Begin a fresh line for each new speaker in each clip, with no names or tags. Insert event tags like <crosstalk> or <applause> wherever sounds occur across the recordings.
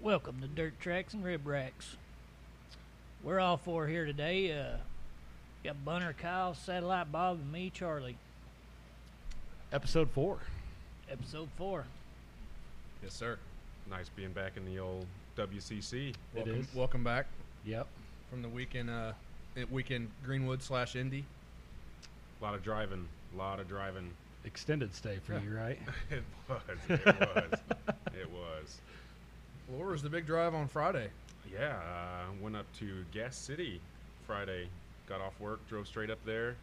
Welcome to Dirt Tracks and Rib Racks. We're all four here today. Uh, got Bunner, Kyle, Satellite Bob, and me, Charlie.
Episode four.
Episode four.
Yes, sir.
Nice being back in the old WCC.
It
Welcome,
is.
welcome back
Yep.
from the weekend. Uh, at weekend Greenwood slash Indy.
A lot of driving. A lot of driving. <laughs>
Extended stay for you, right?
it was. It was. it was.
Laura was the big drive on Friday.
Yeah, uh, went up to Gas City Friday. Got off work, drove straight up there.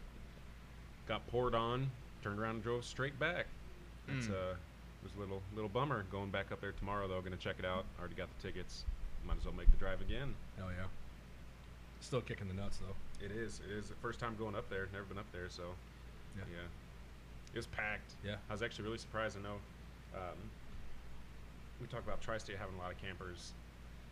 Got poured on, turned around and drove straight back. It's
Mm.
uh, it was a little little bummer. Going back up there tomorrow though. Going to check it out. Already got the tickets. Might as well make the drive again.
Hell yeah. Still kicking the nuts though.
It is. It is the first time going up there. Never been up there, so
Yeah.
yeah. It was packed.
Yeah.
I was actually really surprised. I know um, we talk about Tri-State having a lot of campers.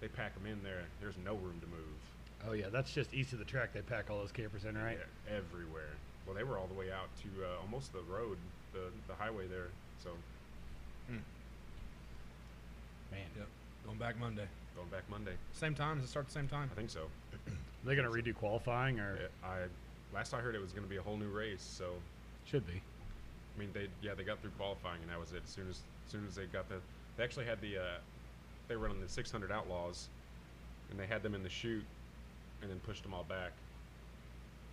They pack them in there. There's no room to move.
Oh yeah, that's just east of the track. They pack all those campers in, right?
Yeah, everywhere. Well, they were all the way out to uh, almost the road, the the highway there. So
Man,
Yep. Going back Monday.
going back Monday,
Same time. Does it start the same time?
I think so.
they gonna redo qualifying or
Yeah, I last I heard it was going to be a whole new race. So
should be?
I mean, they yeah they got through qualifying and that was it. As soon as, as soon as they got the, they actually had the, uh, they were running the 600 Outlaws, and they had them in the chute, and then pushed them all back,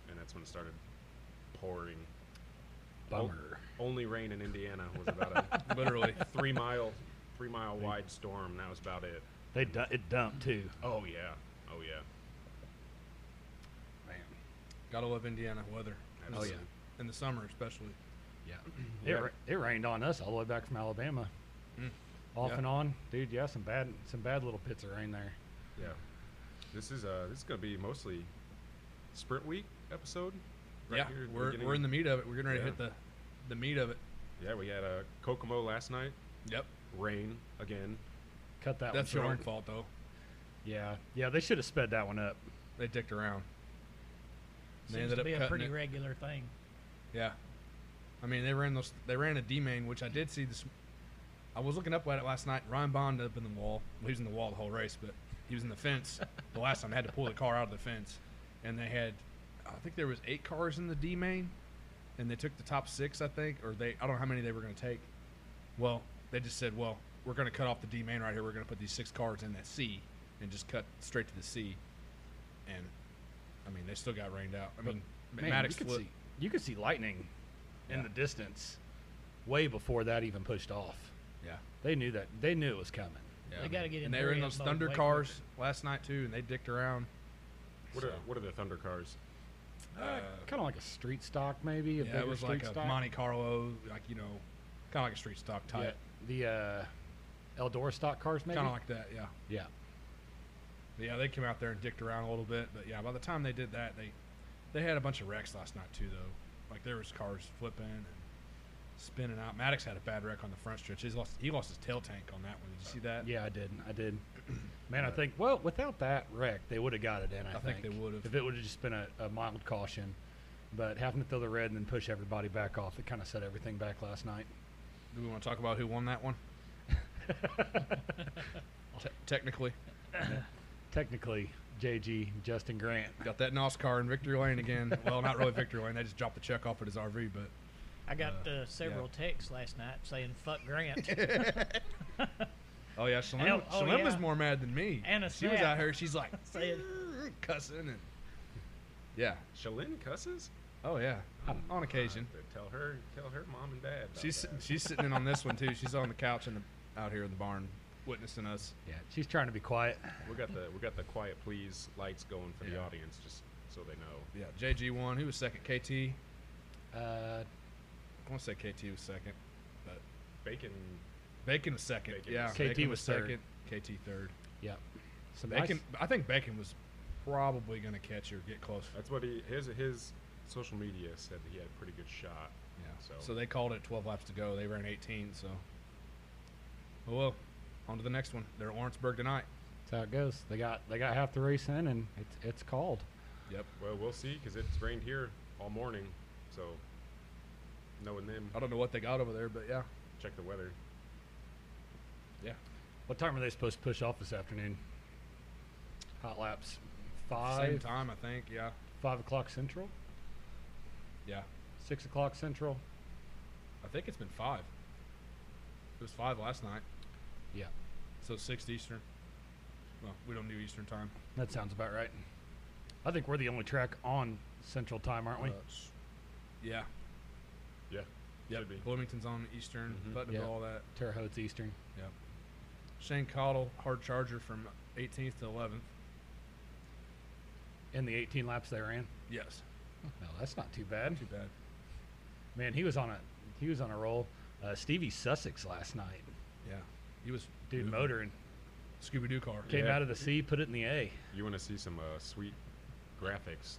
and that's when it started pouring. Ol-
Bummer.
only rain in Indiana was about a
<laughs> Literally.
three mile, three mile wide storm. and That was about it.
They du- it dumped too.
Oh yeah, oh yeah.
Man,
Gotta love Indiana weather.
Oh, yeah.
Absolutely.
In the summer especially.
<clears throat> yeah.
Yeah.
It ra- it rained on us all the way back from Alabama.
Mm.
Off
Yeah.
and on, dude. Yeah, some bad some bad little pits of rain there.
yeah. This is uh this is gonna be mostly sprint week episode.
yeah.
here.
we're
getting-
we're in the meat of it. We're getting ready
Yeah.
to hit the the meat of it.
yeah we had uh, Kokomo last night.
Yep.
Rain again.
Cut that.
That's
one
your own
short.
fault though.
Yeah, yeah. They should have sped that one up.
They dicked around. They
Seems
ended
to
up
be a
cutting
pretty
it.
regular thing.
Yeah, I mean they ran those. They ran a D main, which I did see this. I was looking up at it last night. Ryan Bond up in the wall. Well, he was in the wall the whole race, but he was in
<laughs>
the fence. the last time they had to pull the car out of the fence, and they had, I think there was eight cars in the D main, and they took the top six, I think, or they. I don't know how many they were going to take. Well, they just said, well, we're going to cut off the D main right here. We're going to put these six cars in that C, and just cut straight to the C, and. I mean, they still got rained out. I mean,
Man,
Maddox
you could
flipped.
see you could see lightning in
Yeah.
the distance, way before that even pushed off.
Yeah.
They knew that. They knew it was coming.
Yeah.
They gotta get in
And they were in
there and
those
motivate
thunder
them.
cars last night too, and they dicked around.
What are what are the Thunder cars?
Uh,
kind of like a street stock, maybe. A
yeah,
bigger
it was
street
like a
stock.
Monte Carlo, like you know, kind of like a street stock
Yeah,
type,
the uh, Eldora stock cars, maybe.
kind of like that. Yeah,
yeah.
But yeah. They came out there and dicked around a little bit, but yeah, by the time they did that, they they had a bunch of wrecks last night too, though. Like there was cars flipping and spinning out. Maddox had a bad wreck on the front stretch. He's lost. He lost his tail tank on that one. Did you see that?
Yeah, I did. I
<clears throat>
did. Man, I think well, without that wreck, they would have got it in. I,
I think they would've.
If it would have just been a, a mild caution, but having to throw the red and then push everybody back off, it kind of set everything back last night.
Do we want to talk about who won that
<laughs>
one? Te- technically,
Technically, JG Justin Grant.
Got that NASCAR in victory lane again. well, not really victory lane. They just dropped the check off at his RV, but
I got
Uh,
uh, several texts last night saying "fuck Grant"
<laughs> oh yeah, Shalem,
Hell, oh,
Shalem was
yeah.
more mad than me.
And a
she was
snap.
out here.
<laughs>
She's like
Say
<laughs> cussing and yeah,
Shalyn cusses.
oh yeah, on occasion.
Uh, tell her, tell her mom and dad. about
She's
that.
she's sitting in on this one too. She's on the couch in the out here in the barn, witnessing us.
Yeah, she's trying to be quiet.
we got the we got the quiet please lights going for the
Yeah.
audience just so they know.
Yeah, JG won. Who was second? KT. I
Uh,
want to say KT was second, but
Bacon.
Bacon was second.
Bacon
yeah,
was
second.
Bacon
KT was third.
second. KT third.
yeah. Some nice-
Bacon. I think Bacon was probably going to catch or get close.
That's what he his his social media said that he had a pretty good shot.
Yeah. So.
So-
they called it 12 laps to go. They ran 18. So. Oh well. On to the next one. They're at Lawrenceburg tonight.
That's how it goes. They got they got half the race in, and it's it's called.
Yep.
Well, we'll see because it's rained here all morning. So knowing them,
Oh. I don't know what they got over there, but yeah.
check the weather.
Yeah.
What time are they supposed to push off this afternoon? Hot laps.
Same
Five.
time, I think. Yeah,
Five o'clock central.
yeah.
Six o'clock central.
I think it's been five. It was five last night.
Yeah.
So six Eastern. Well, we don't do Eastern time.
That sounds about right. I think we're the only track on central time, aren't we?
Uh, s- yeah.
Yeah,
Yep.
should be.
Bloomington's on Eastern.
Mhm.
Putnam's
Yeah.
all that.
Terre Haute's Eastern.
Shane Cottle, hard charger from 18th to 11th.
In the 18 laps they ran.
Yes.
No, that's not too bad.
Too bad.
Man, he was on a he was on a roll. Uh, Stevie Sussex last night,
Yeah. He was
dude, motoring
Scooby Doo car.
came
Yeah.
out of the sea, put it in the A.
You want to see some uh, sweet graphics?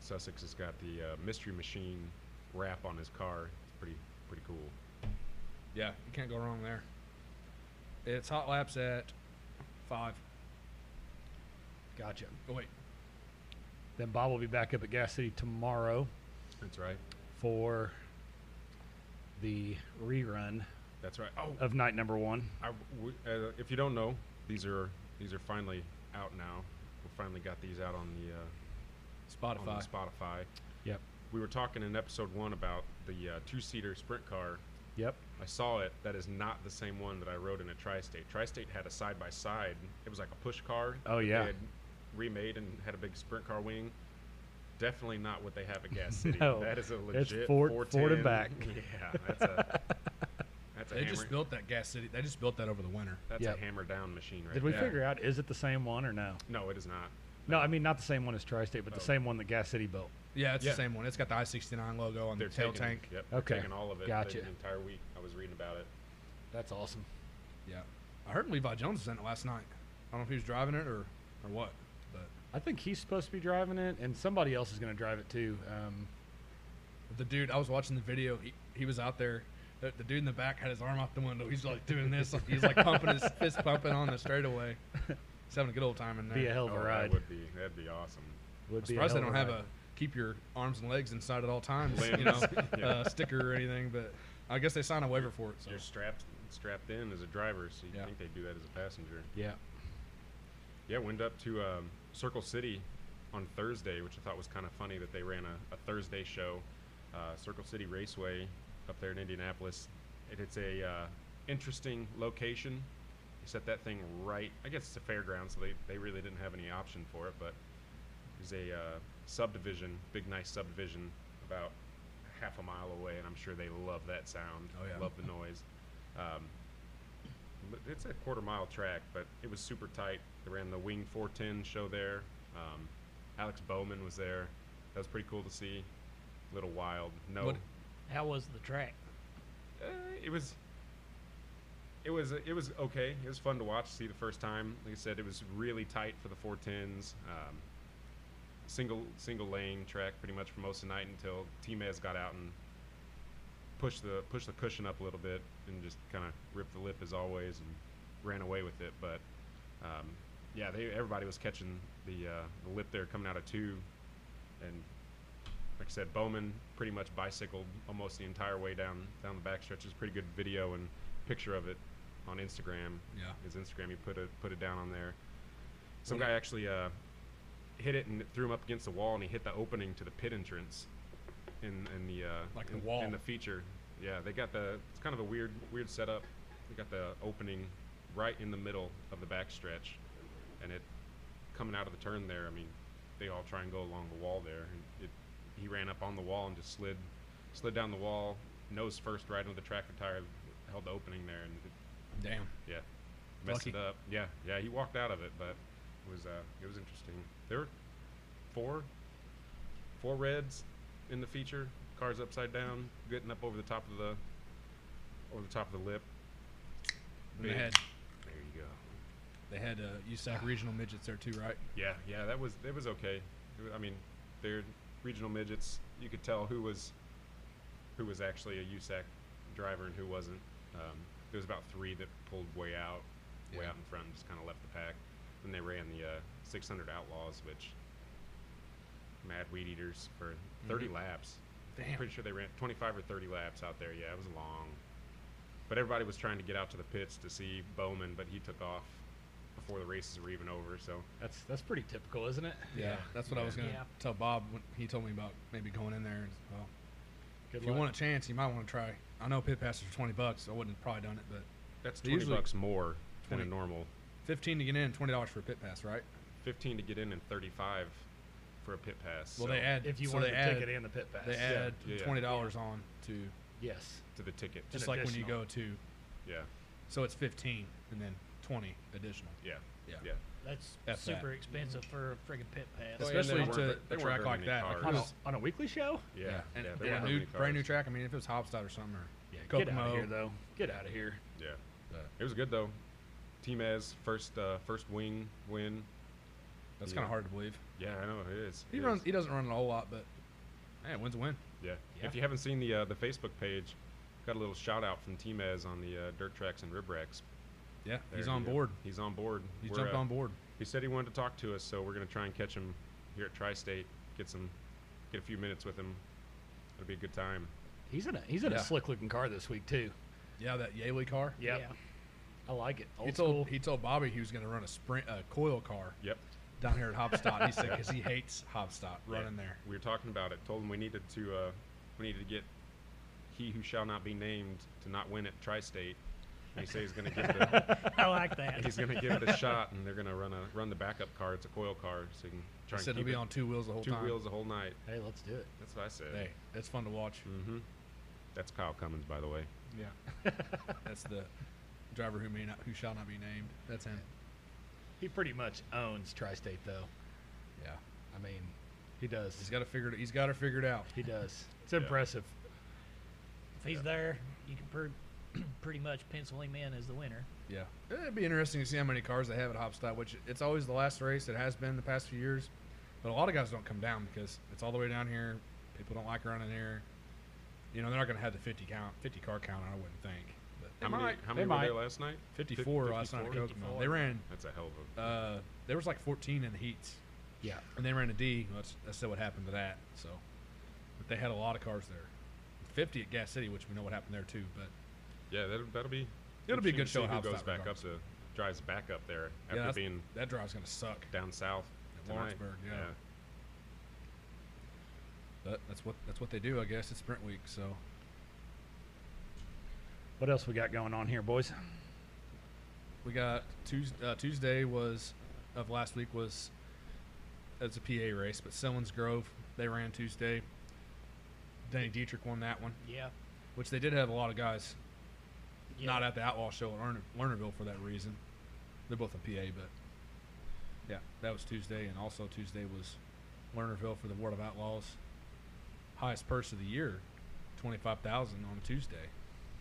Sussex has got the uh, Mystery Machine wrap on his car. It's pretty pretty cool.
Yeah, you can't go wrong there. It's hot laps at five.
Gotcha.
Oh wait,
Then Bob will be back up at Gas City tomorrow
That's right.
for the rerun
That's right. Oh,
of night number one.
I w- uh, if you don't know, these are these are finally out now. We finally got these out on the uh, on
Spotify.
the Spotify.
Yep.
We were talking in episode one about the uh, two-seater sprint car.
Yep.
I saw it. That is not the same one that I rode in a tri-state. Tri-state had a side-by-side. It was like a push car.
Oh,
that they
yeah.
had remade and had a big sprint car wing. Definitely not what they have at
<laughs>
Gas City.
No,
that is a
it's
legit
Ford- Ford and
410.
back.
<laughs> Yeah, that's a that's a
They
hammer.
just built that gas city. They just built that over the winter.
that's
Yep.
a hammer down machine right
Did we
there.
figure out is it the same one or no?
No, it is not.
No, I mean not the same one as Tri-State, but
Oh.
the same one that Gas City built.
Yeah, it's
Yeah.
the same one. It's got the I sixty nine logo on
They're
the tail
taking,
tank.
Yep. they're
Okay,
Taking all of it.
gotcha.
The entire week. I was reading about it.
That's awesome.
Yeah, I heard Levi Jones was in it last night. I don't know if he was driving it or or what, but
I think he's supposed to be driving it, and somebody else is going to drive it too. Um,
the dude I was watching the video. He, he was out there. The, the dude in the back had his arm out the window. He's like doing this. like, He's like pumping his fist pumping on the straightaway. He's having a good old time in there.
be a hell of
Oh,
a ride.
That would be. That'd be awesome.
Would be
I'm
a
surprised they
hell
don't
of
have
ride.
a keep your arms and legs inside at all times, you know,
Limbs, <laughs> yeah.
uh, sticker or anything. But I guess they signed a waiver for it. So
You're strapped strapped in as a driver, so you
Yeah.
think they do that as a passenger.
Yeah.
Yeah, went up to um, Circle City on Thursday, which I thought was kind of funny that they ran a, a Thursday show. Uh, Circle City Raceway up there in Indianapolis. It, it's a uh, interesting location. They set that thing right. I guess it's a fairground, so they, they really didn't have any option for it. But there's a uh, subdivision, big nice subdivision, about half a mile away, and I'm sure they love that sound.
Oh, yeah.
Love the noise. Um, but it's a quarter mile track, but it was super tight. They ran the Wing 410 show there. Um, Alex Bowman was there. That was pretty cool to see. A little wild. No,
What-
How was the track?
uh, it was. It was it was okay. It was fun to watch, see the first time. Like I said, it was really tight for the 410s. Um, single single lane track pretty much for most of the night until Timez got out and pushed the pushed the cushion up a little bit and just kind of ripped the lip as always and ran away with it. But um, yeah, they everybody was catching the uh, the lip there coming out of two, and like I said, Bowman pretty much bicycled almost the entire way down down the backstretch. It's a pretty good video and picture of it on Instagram
yeah,
his Instagram. He put it put it down on there. Some guy actually uh, hit it and it threw him up against the wall, and he hit the opening to the pit entrance in in the uh,
Like the
in,
wall.
in the feature. Yeah, they got the it's kind of a weird weird setup. They got the opening right in the middle of the backstretch, and it coming out of the turn there. I mean, they all try and go along the wall there, and it he ran up on the wall and just slid slid down the wall nose first right into the tractor tire held the opening there and it
damn.
yeah. Messed
Lucky.
it up. Yeah, yeah. He walked out of it, but it was uh, it was interesting. There were four four reds in the feature. Cars upside down, getting up over the top of the over the top of the lip.
And they
Big.
had
There you go.
they had uh, USAC regional midgets there too, right?
Yeah, yeah. That was it was okay. It wa- I mean, they're regional midgets. You could tell who was who was actually a USAC driver and who wasn't. Um, there was about three that pulled way out, way
Yeah.
out in front, and just kind of left the pack. Then they ran the uh, 600 Outlaws, which mad weed eaters for 30 laps. I'm
Mm-hmm. Damn.
pretty sure they ran 25 or 30 laps out there. Yeah, it was long. But everybody was trying to get out to the pits to see Bowman, but he took off before the races were even over. So
That's that's pretty typical, isn't it?
Yeah, that's what I was gonna
Yeah.
tell Bob when he told me about maybe going in there. And, well,
Good
if you
luck.
want a chance, you might want to try. I know pit passes are twenty bucks. I wouldn't have probably done it, but
that's
They
twenty
usually-
bucks more than
20.
a normal.
fifteen to get in, twenty dollars for a pit pass, right?
Fifteen to get in and thirty-five for a pit pass.
Well,
so
they add
if you
so
want
they
the
add,
ticket and the pit pass.
they add
yeah, yeah.
twenty dollars on to
Yes.
to the ticket.
just
An
like when you
additional.
go to.
Yeah,
So it's fifteen and then twenty additional.
yeah,
Yeah.
yeah.
That's
F that.
super expensive for a friggin' pit pass.
Oh,
Especially
yeah, and they
to
weren't-
a
they
track
weren't very
like
many
that. Like,
cars.
it
On a,
was-
on a weekly show?
Yeah,
and,
there
and
weren't
a
that
new
many cars.
brand new track. I mean, if it was Hopstad or something, or
Yeah. Get out of
Kokomo.
here though. Get out of here.
Yeah,
but
it was good though. Team as first uh, first wing win.
that's
Yeah.
kind of hard to believe.
Yeah, I know it is.
He
it
runs.
is.
He doesn't run it a whole lot, but man, wins a win.
Yeah.
Yeah.
If you haven't seen the uh, the Facebook page, got a little shout out from Team as on the uh, dirt tracks and rib racks.
Yeah,
There
he's
he
on
is.
board.
He's on board.
He
We're,
jumped
uh,
on board.
He said he wanted to talk to us, so we're gonna try and catch him here at Tri-State. Get some, get a few minutes with him. It'll be a good time.
He's in a he's in
Yeah.
a slick looking car this week too.
Yeah, that Yaley car.
Yep.
Yeah.
I like it. Old
He told
school.
he told Bobby he was going to run a sprint a coil car
Yep.
down here at Hopstock. he
<laughs>
said because he hates Hopstock running there.
We were talking about it. Told him we needed to uh, we needed to get he who shall not be named to not win at Tri-State. And he said he's gonna give
<laughs>
it a,
<laughs> I like that.
he's gonna give it a shot, and they're gonna run a run the backup car. It's a coil car, so you can
He
try and
said he'll
keep
be
it
on two wheels the whole
two
time.
wheels the whole night.
hey, let's do it.
That's what I said.
Hey, that's fun to watch.
Mm-hmm. That's Kyle Cummins, by the way. <laughs>
Yeah, that's the driver who may not who shall not be named. That's him.
He pretty much owns Tri State though.
Yeah,
I mean, he does.
he's got to figure it. He's got to figure it out.
He does. It's
Yeah.
impressive.
If he's there, you can pr- <clears throat> pretty much pencil him in as the winner.
Yeah, it'd be interesting to see how many cars they have at Hopstock. Which it's always the last race. It has been the past few years, but a lot of guys don't come down because it's all the way down here. People don't like running here. You know, they're not going to have the fifty count, fifty car count. I wouldn't think. But
How many,
might.
how
They
many were there
might.
last night?
54 last night at
54?
Kokomo. They ran.
That's a hell of a.
Uh, there was like 14 in the heats,
Yeah.
and they ran a D. Well, that's that's what happened to that. So, but they had a lot of cars there. 50 at Gas City, which we know what happened there too. But
Yeah, that'll, that'll be.
It'll be a good
interesting
show
to see
at
Who goes
Hopstock
back
regardless.
up to drives back up there
yeah,
after
that's-
being
that drive's going to suck.
down south
At
tonight?
Lawrenceburg, yeah. But that's what that's what they do, I guess. It's sprint week, so
What else we got going on here, boys?
we got Tuesday. Uh, Tuesday was of last week was it's a PA race, but Sellins Grove they ran Tuesday. Danny Dietrich won that one,
Yeah.
which they did have a lot of guys
yeah.
not at the Outlaw Show at Lerner, Lernerville for that reason. They're both in PA, but yeah, that was Tuesday, and also Tuesday was Lernerville for the Ward of Outlaws. Highest purse of the year, twenty five thousand on Tuesday,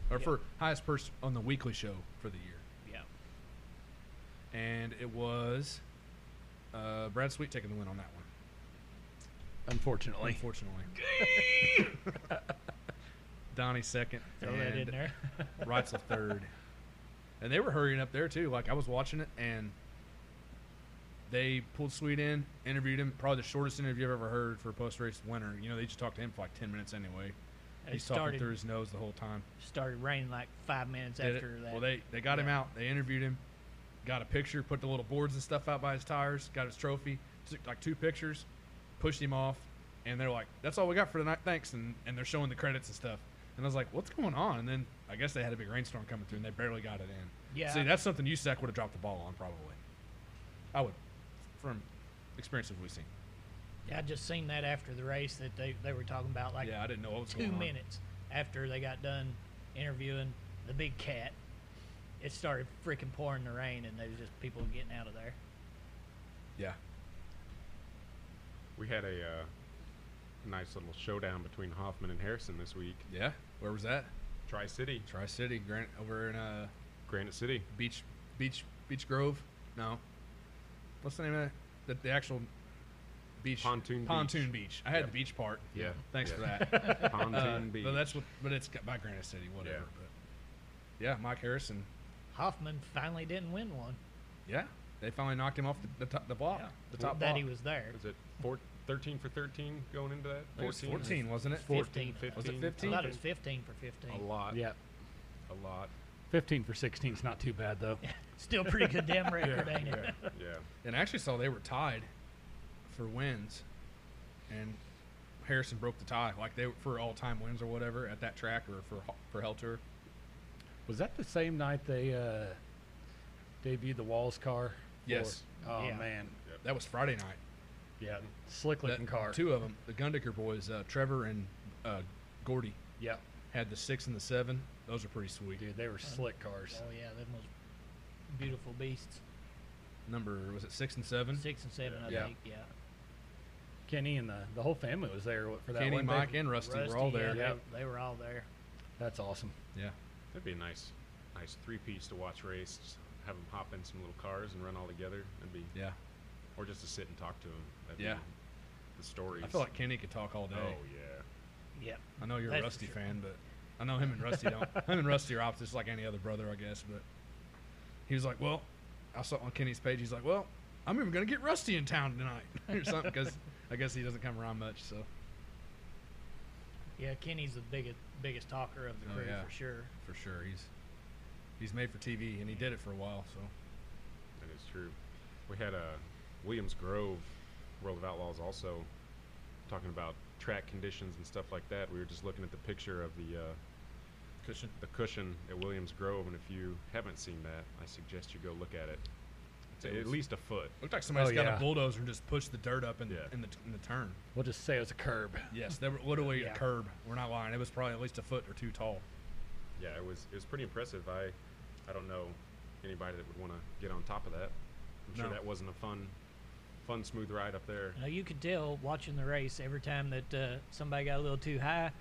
or
Yep.
for highest purse on the weekly show for the year,
Yeah.
and it was uh, Brad Sweet taking the win on that one.
Unfortunately.
Unfortunately, <laughs> Donnie second,
Throw that in
and
there. <laughs>
Wright's a third. And they were hurrying up there too. Like I was watching it and they pulled Sweet in, interviewed him, probably the shortest interview I've ever heard for a post race winner. You know, they just talked to him for like ten minutes anyway.
It
He's talking
started
through his nose the whole time.
started raining like five minutes
Did it-
after that.
Well they they got him
Yeah.
out, they interviewed him, got a picture, put the little boards and stuff out by his tires, got his trophy, took like two pictures, pushed him off, and they're like, That's all we got for tonight, thanks and, and they're showing the credits and stuff. And I was like, What's going on? And then I guess they had a big rainstorm coming through and they barely got it in.
yeah.
See, that's something USAC would have dropped the ball on, probably. I would, from experience that we've seen.
I just seen that after the race that they, they were talking about like
yeah, Uh-huh. I didn't know what was
two
going on.
minutes after they got done interviewing the big cat. It started freaking pouring the rain, and there was just people getting out of there.
Yeah,
We had a uh, nice little showdown between Hoffman and Harrison this week.
yeah. Where was that?
Tri City,
Tri City, Grant, over in uh, <laughs>
Granite City.
Beach, Beach, Beach Grove. No, what's the name of that? The, the actual beach
Pontoon
pontoon beach. I had
Yeah.
the beach part.
Yeah.
Thanks
yeah.
for
<laughs>
that.
that. Pontoon
Uh,
Beach.
But that's what. But it's got by Granite City, whatever.
Yeah.
But yeah, Mike Harrison.
Hoffman finally didn't win one.
Yeah, they finally knocked him off the, the top the block,
Yeah.
the top
that
block.
he was there.
Was it four, 13 for 13 going into that?
I think it was 14, wasn't it?
Fourteen.
15.
Was it
I
15?
uh,
thought it was fifteen for fifteen.
A lot.
Yeah.
A a lot.
15 for 16 is not too bad, though.
Still pretty good
<laughs>
damn record, ain't it?
Yeah, yeah.
And I actually saw they were tied for wins, and Harrison broke the tie, like they were for all time wins or whatever at that track or for for Hell Tour.
Was that the same night they uh, debuted the Walls car? for-
Yes.
oh,
Yeah.
man.
That was Friday night.
Yeah. Slick looking
That-
car.
Two of them, the Gundaker boys, uh, Trevor and uh, Gordy,
Yeah.
had the six and the seven. Those are pretty sweet.
Dude, they were slick cars.
Oh yeah, them was beautiful beasts.
Number was it six and seven?
Six and seven, I
Yeah.
think. Yeah.
Kenny and the, the whole family was there for that
Kenny,
one. day.
Mike, and Rusty, were all there.
Yeah,
Yeah.
they, they were all there.
That's awesome.
Yeah.
That'd be a nice, nice three piece to watch race. Just have them hop in some little cars and run all together. That'd be,
yeah,
or just to sit and talk to them. That'd
Yeah.
Be the stories.
I feel like Kenny could talk all day.
Oh yeah.
Yep.
I know you're
That's
a
for
Rusty
sure.
fan, but I know him and Rusty don't. him and Rusty are opposites, like any other brother, I guess. But he was like, "Well, I saw it on Kenny's page. He's like, well, I'm even gonna get Rusty in town tonight <laughs> or something, because I guess he doesn't come around much. So
Yeah, Kenny's the biggest biggest talker of the
Oh,
crew
yeah.
for sure.
for sure, he's he's made for TV, and he did it for a while. So
That is true. We had uh, Williams Grove, World of Outlaws, also talking about track conditions and stuff like that. We were just looking at the picture of the uh,
cushion.
the cushion at Williams Grove, and if you haven't seen that, I suggest you go look at it. It's
It
at
was-
least a foot.
Looked like somebody's
Oh,
got
yeah.
a bulldozer and just pushed the dirt up in,
Yeah.
the, in the in the turn.
We'll just say it was a curb.
Yes, they were literally
Yeah.
a curb. We're not lying. It was probably at least a foot or two tall.
Yeah, it was it was pretty impressive. I I don't know anybody that would want to get on top of that. I'm sure
No.
that wasn't a fun fun smooth ride up there.
Now you could tell watching the race every time that uh, somebody got a little too high,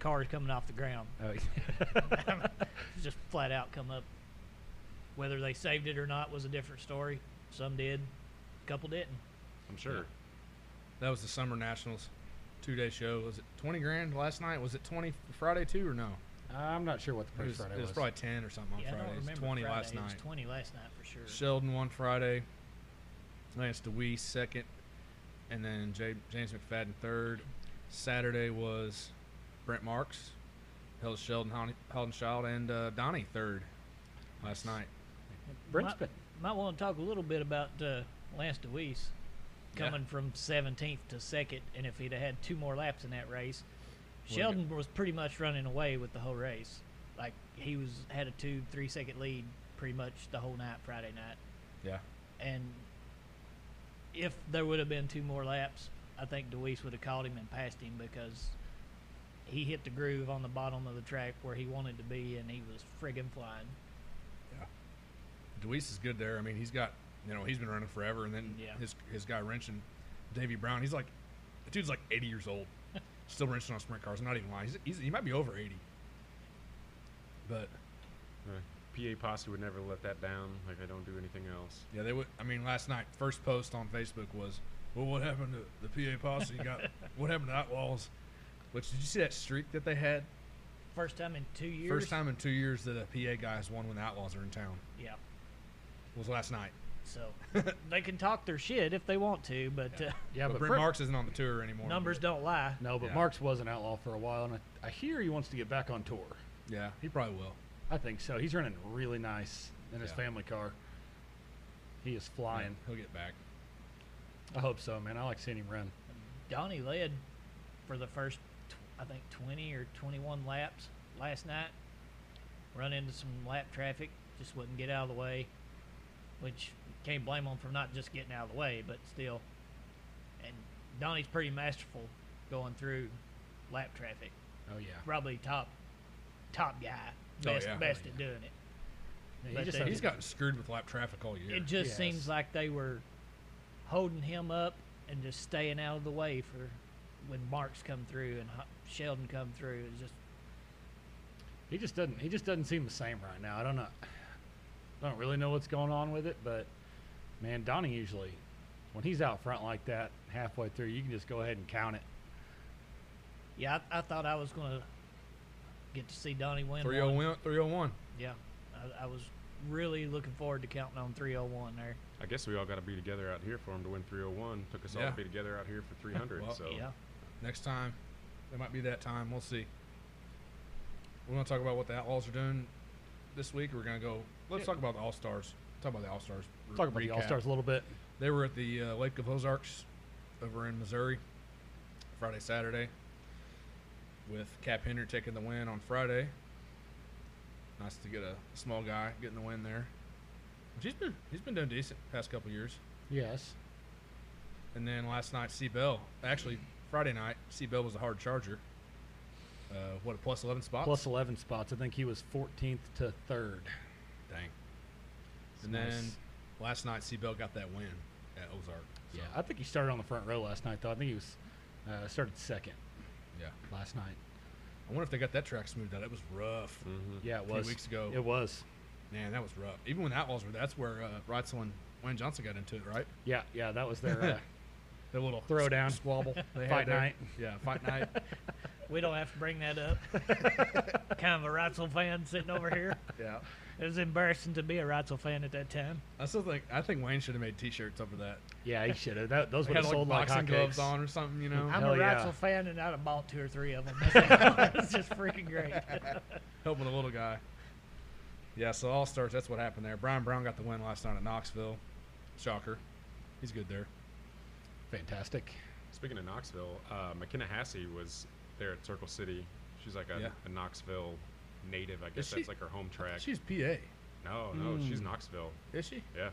cars coming off the ground,
Oh, yeah.
just flat out come up. Whether they saved it or not was a different story. Some did, a couple didn't.
I'm sure.
That was the summer nationals, two day show. Was it twenty grand last night? Was it twenty for Friday too or no?
I'm not sure what the
It
price
was,
Friday
it was probably ten or something on
yeah, I
Friday.
don't
It was
remember.
twenty
Friday.
last
It was
night.
Twenty last night for sure.
Sheldon won Friday. Lance DeWee second, and then J- James McFadden third. Saturday was Brent Marks, Hill Sheldon Hon- Holdenschild, and uh, Donnie third last night.
Brent's
Might-
been-
Might want to talk a little bit about uh, Lance DeWeese
Yeah.
coming from 17th to 2nd, and if he'd have had two more laps in that race,
Would've
Sheldon was pretty much running away with the whole race. Like he was had a two three second lead pretty much the whole night Friday night,
Yeah,
and if there would have been two more laps, I think DeWeese would have caught him and passed him because he hit the groove on the bottom of the track where he wanted to be, and he was friggin' flying.
Deweese is good there. I mean, he's got you know he's been running forever, and then
Yeah.
his his guy wrenching, Davy Brown. He's like, the dude's like 80 years old, still wrenching on sprint cars. I'm not even lying. He's, he's, he might be over 80. But
Uh, PA Posse would never let that down. Like I don't do anything else.
yeah, they would. I mean, last night first post on Facebook was, well, what happened to the PA posse? Got what happened to Outlaws? Which did you see that streak that they had?
First time in two years.
First time in two years that a PA guy has won when the Outlaws are in town
Yeah.
was last night.
So <laughs> they can talk their shit if they want to, but uh,
yeah,
but,
but,
Brent
Brent-
Marks isn't on the tour anymore.
numbers don't lie.
No, but
Yeah.
Marks was an outlaw for a while, and I, I hear he wants to get back on tour.
Yeah, he probably will.
I think so. He's running really nice in his
Yeah.
family car. He is flying.
He'll get back.
I hope so, man. I like seeing him run.
Donnie led for the first, tw- I think, 20 or 21 laps last night. Run into some lap traffic, just wouldn't get out of the way, which can't blame him for not just getting out of the way, but still. And Donnie's pretty masterful going through lap traffic.
Oh yeah,
Probably top top guy,
Oh,
best
yeah.
best
Oh,
at doing it.
Man,
But
he just
they-
has
He's
a-
gotten screwed with lap traffic all year.
It just
Yes.
seems like they were holding him up and just staying out of the way for when Marks come through and Ho- Sheldon come through. It's just
he just doesn't he just doesn't seem the same right now. I don't know. I don't really know what's going on with it, but man, Donnie usually when he's out front like that halfway through, you can just go ahead and count it.
yeah, I, I thought I was gonna get to see Donnie win. one.
301, 301.
Yeah, I, I was really looking forward to counting on 301 there.
I guess we all got to be together out here for him to win 301. Took us all
Yeah.
to be together out here
<laughs>
for 300.
Well,
Oh.
so
Yeah,
Next time, it might be that time. We'll see. We want to talk about what the Outlaws are doing this week we're gonna go. Let's
Yeah.
talk about the All Stars. Talk about the All Stars.
Talk about the All Stars a little bit.
They were at the uh, Lake of Ozarks over in Missouri Friday, Saturday, with Cap Henry taking the win on Friday. Nice to get a small guy getting the win there. But he's been he's been doing decent past couple years.
Yes.
And then last night, C Bell actually Friday night, C Bell was a hard charger. Uh, what a plus eleven spot.
Plus 11 spots. I think he was 14th to 3rd.
dang.
It's
And
nice.
then last night, C Bell got that win at Ozark. So,
Yeah, I think he started on the front row last night, though. I think he was uh, started second
yeah.
last night.
I wonder if they got that track smoothed out. It was rough.
Mm-hmm.
Yeah, it
Hmm. few
was.
weeks ago.
It was.
Man, that was rough. Even when the Outlaws were, that's where uh, Reitzel and Wayne Johnson got into it, right?
Yeah, yeah, that was
<laughs>
their uh,
Their little
throwdown <laughs>
s-
squabble
they had
fight
their-
night.
Yeah, fight
<laughs>
night.
We don't have to bring that <laughs> up. kind of a Reitzel fan sitting over here.
yeah,
It was embarrassing to be a Reitzel fan at that time.
I still think I think Wayne should have made T-shirts over that.
Yeah, he should have. That, those
They
would have
had like
sold like
boxing gloves
hotcakes.
on or something, you know,
I'm
Hell
a
yeah.
Reitzel fan, and I'd have bought two or three of <laughs> them. It's just freaking great.
helping the little guy. Yeah, so all starts. That's what happened there. Brian Brown got the win last night at Knoxville. Shocker, he's good there.
Fantastic.
Speaking of Knoxville, uh, McKenna Hassey was there at Circle City. She's like a,
Yeah.
a Knoxville native. I guess
she- Hmm.
that's like her home track.
She's PA,
no, no, she's Knoxville.
is she?
Yeah,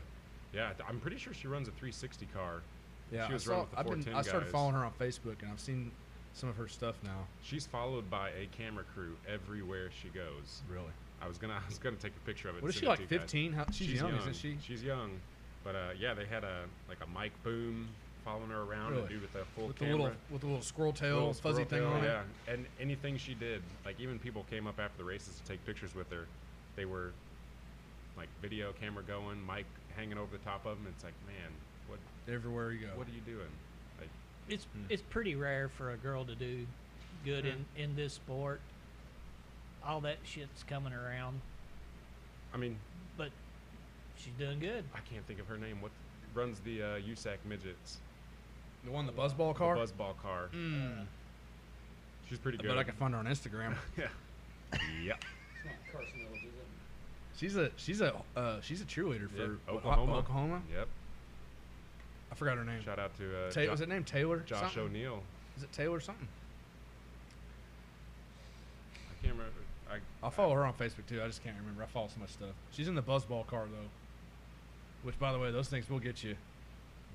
yeah. th- I'm pretty sure she runs a 360 car.
Yeah,
she
I,
was
saw,
running with the
I've been-
410
I started
guys.
following her on Facebook, and I've seen some of her stuff now.
She's followed by a camera crew everywhere she goes.
Really?
I was gonna, <laughs> I was gonna take a picture of it. and
What is
send
she
it
like?
to you guys.
Fifteen? How, she's, young, isn't she?
She's young, but uh, yeah, they had a like a mic boom following her around. A
Really?
dude with a full
with the
camera.
little with the little squirrel tail,
little
fuzzy
squirrel
thing
tail,
on it.
Yeah, and anything she did, like even people came up after the races to take pictures with her. They were like video camera going, mic hanging over the top of them. It's like, man, what
Everywhere you go.
what are you doing? Like,
It's
Mm.
it's pretty rare for a girl to do good in,
Hmm.
in this sport. All that shit's coming around,
I mean,
but she's doing good.
I can't think of her name. What runs the uh, USAC midgets?
the one, the buzzball car.
The buzzball car.
Mm.
She's pretty
I
good.
bet I can find her on
<laughs>
Instagram.
yeah. yeah.
she's a she's a uh, she's a cheerleader
Yeah,
for what,
Oklahoma.
Oklahoma.
Yep.
I forgot her name.
Shout out to uh,
Ta-
Jo-
was it named Taylor?
Josh
something?
O'Neill.
Is it Taylor something?
I can't remember. I,
I'll follow her on Facebook too. I just can't remember. I follow so much stuff. She's in the buzzball car though. Which, by the way, those things will get you